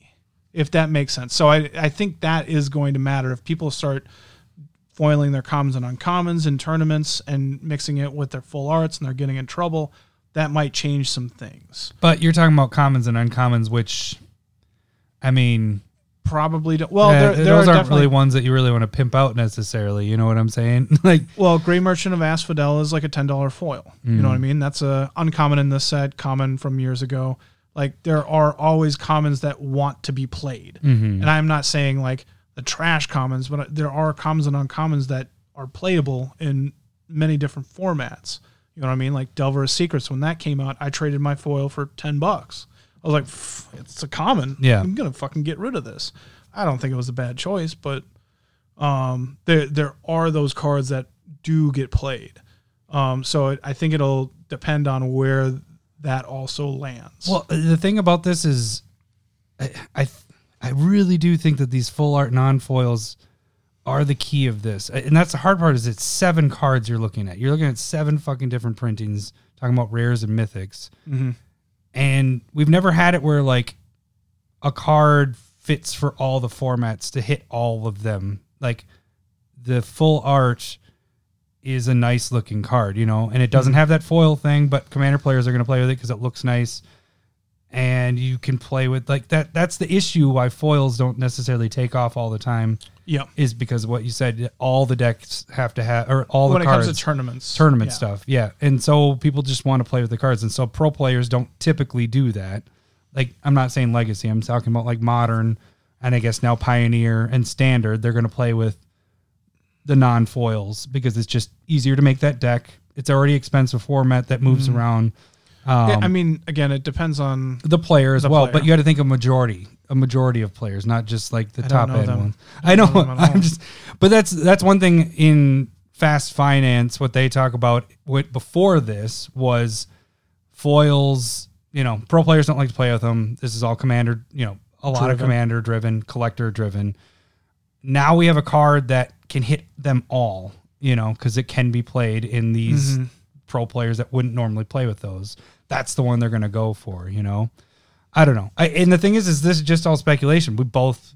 S3: if that makes sense. So I, I think that is going to matter if people start foiling their commons and uncommons in tournaments and mixing it with their full arts and they're getting in trouble. That might change some things.
S2: but you're talking about commons and uncommons, which, I mean,
S3: Probably. Don't, well,
S2: eh,
S3: there, there
S2: those
S3: are
S2: aren't
S3: definitely
S2: really ones that you really want to pimp out necessarily. You know what I'm saying? like,
S3: Well, Grey Merchant of Asphodel is like a ten dollar foil. You know what I mean? That's a uncommon in this set, common from years ago. Like there are always commons that want to be played, and I'm not saying like the trash commons, but uh, there are commons and uncommons that are playable in many different formats. You know what I mean? Like Delver of Secrets, when that came out, I traded my foil for ten bucks. I was like, "Pff, it's a common.
S2: Yeah.
S3: I'm gonna fucking get rid of this. I don't think it was a bad choice, but um, there there are those cards that do get played. Um, so it, I think it'll depend on where that also lands.
S2: Well, the thing about this is, I, I, th- I really do think that these full art non foils are the key of this, and that's the hard part. Is it's seven cards you're looking at. You're looking at seven fucking different printings. Talking about rares and mythics, and we've never had it where like a card fits for all the formats to hit all of them. Like the full art is a nice looking card, you know, and it doesn't have that foil thing, but commander players are going to play with it because it looks nice and you can play with like that. That's the issue why foils don't necessarily take off all the time.
S3: Yep.
S2: is because of what you said. All the decks have to have, or all
S3: when
S2: the
S3: it
S2: cards
S3: comes to tournaments,
S2: tournament
S3: yeah.
S2: stuff. Yeah. And so people just want to play with the cards. And so pro players don't typically do that. Like, I'm not saying legacy, I'm talking about like modern and I guess now pioneer and standard. They're going to play with the non foils because it's just easier to make that deck. It's already expensive format that moves
S3: Mm-hmm.
S2: around um,
S3: Yeah, I mean, again, it depends on
S2: the player as
S3: The
S2: well,
S3: player.
S2: but you got to think of majority, a majority of players, not just like the
S3: I don't
S2: top
S3: know
S2: end
S3: them.
S2: ones. I know,
S3: know them at all.
S2: I'm just, but that's that's one thing in fast finance. What they talk about what before this was foils. You know, pro players don't like to play with them. This is all commander. You know, a lot of
S3: Driven.
S2: commander driven, collector driven. Now we have a card that can hit them all. You know, because it can be played in
S3: Mm-hmm.
S2: these pro players that wouldn't normally play with those. That's the one they're going to go for. You know. I don't know. I, and the thing is, is this is just all speculation. We both,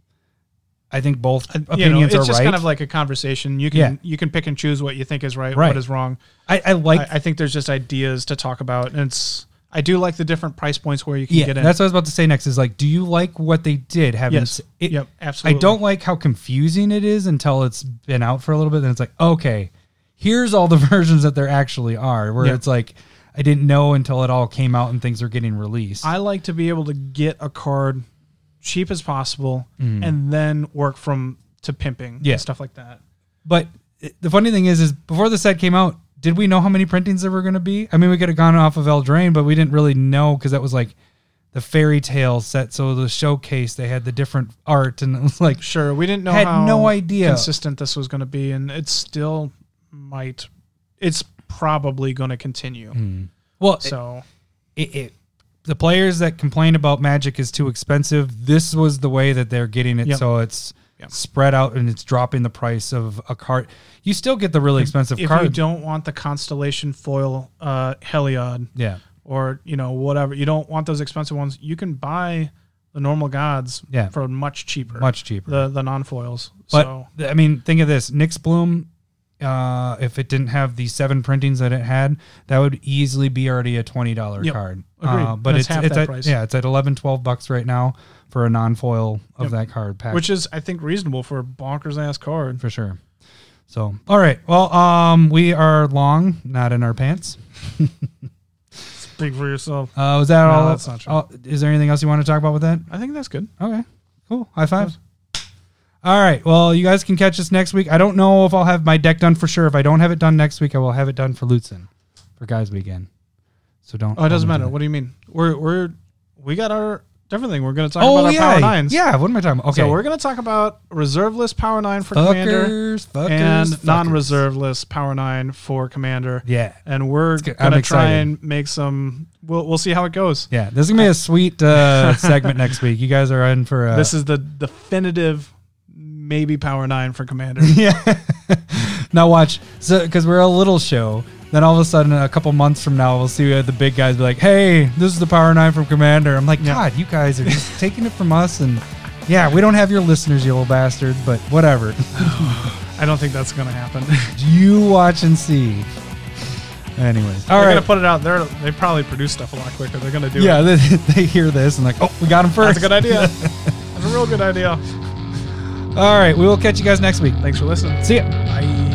S2: I think both opinions
S3: Uh, you know, it's
S2: are
S3: just
S2: right.
S3: kind of like a conversation. You can
S2: Yeah.
S3: you can pick and choose what you think is right,
S2: Right.
S3: what is wrong.
S2: I, I like.
S3: I, I think there's just ideas to talk about, and it's I do like the different price points where you can
S2: yeah,
S3: get in.
S2: that's what I was about to say next. Is like, do you like what they did? Having
S3: Yes.
S2: s- it-
S3: Yep, absolutely.
S2: I don't like how confusing it is until it's been out for a little bit. Then it's like, okay, here's all the versions that there actually are. Where
S3: Yeah.
S2: it's like, I didn't know until it all came out and things are getting released.
S3: I like to be able to get a card cheap as possible, and then work from to pimping,
S2: Mm. Yeah.
S3: and stuff like that.
S2: But eh, the funny thing is, is before the set came out, did we know how many printings there were going to be? I mean, we could have gone off of Eldraine, but we didn't really know because that was like the fairy tale set. So the showcase, they had the different art, and it was like,
S3: Sure, we didn't know
S2: Had
S3: how
S2: no idea.
S3: consistent this was going to be, and it still might. It's probably going to continue.
S2: well,
S3: So
S2: it, it, the players that complain about Magic is too expensive. This was the way that they're getting it,
S3: Yep.
S2: so it's
S3: Yep.
S2: spread out and it's dropping the price of a card. You still get the really expensive
S3: if
S2: card,
S3: you don't want the constellation foil uh, Heliod,
S2: yeah,
S3: or you know whatever you don't want those expensive ones you can buy the normal gods
S2: Yeah.
S3: for much cheaper
S2: much cheaper.
S3: the the non-foils
S2: But
S3: so
S2: th- I mean, think of this: Nix Bloom. Uh, if it didn't have the seven printings that it had, that would easily be already a twenty dollar
S3: Yep.
S2: card.
S3: Agreed.
S2: Uh, but
S3: That's
S2: it's,
S3: half
S2: it's
S3: that
S2: at,
S3: price.
S2: yeah, it's at 11, 12 bucks right now for a non foil
S3: Yep.
S2: of that card pack,
S3: which is i think reasonable for a bonkers ass card
S2: for sure. So, all right, well, um, we are long, not in our pants.
S3: speak for yourself
S2: Uh, was that
S3: No,
S2: all?
S3: that's not true.
S2: all- is there anything else you want to talk about with that?
S3: i think that's good
S2: Okay. Cool. High fives. All right. Well, you guys can catch us next week. I don't know if I'll have my deck done for sure. If I don't have it done next week, I will have it done for Lutzen for guys weekend. So don't.
S3: oh it doesn't matter
S2: hold me to
S3: what do you mean we're we're we got our everything we're going to
S2: that.
S3: talk
S2: oh
S3: about our
S2: yeah.
S3: power nines
S2: Yeah. What am I talking about? Okay.
S3: so we're going to talk about reserve list power nine for commander
S2: fuckers, fuckers,
S3: and
S2: fuckers.
S3: non-reserve list power nine for commander
S2: Yeah.
S3: and we're
S2: good.
S3: going to
S2: I'm
S3: try
S2: excited.
S3: and make some we'll, we'll see how it goes
S2: Yeah. This is gonna be a sweet uh, segment next week. You guys are in for a,
S3: this is the definitive maybe power nine for commander
S2: yeah. now watch, so because we're a little show. Then all of a sudden, a couple months from now, we'll see uh, the big guys be like, "Hey, this is the Power Nine from Commander." I'm like,
S3: Yeah.
S2: God, you guys are just taking it from us, and yeah, we don't have your listeners, you little bastards. But whatever,
S3: i don't think that's gonna happen
S2: you watch and see. Anyways, all
S3: they're
S2: right,
S3: gonna put it out there they probably produce stuff a lot quicker they're gonna do
S2: yeah,
S3: it
S2: they, they hear this and like, oh, we got him
S3: that's
S2: first.
S3: a good idea that's a real good idea
S2: All right, we will catch you guys next week.
S3: thanks for listening
S2: See ya.
S3: Bye.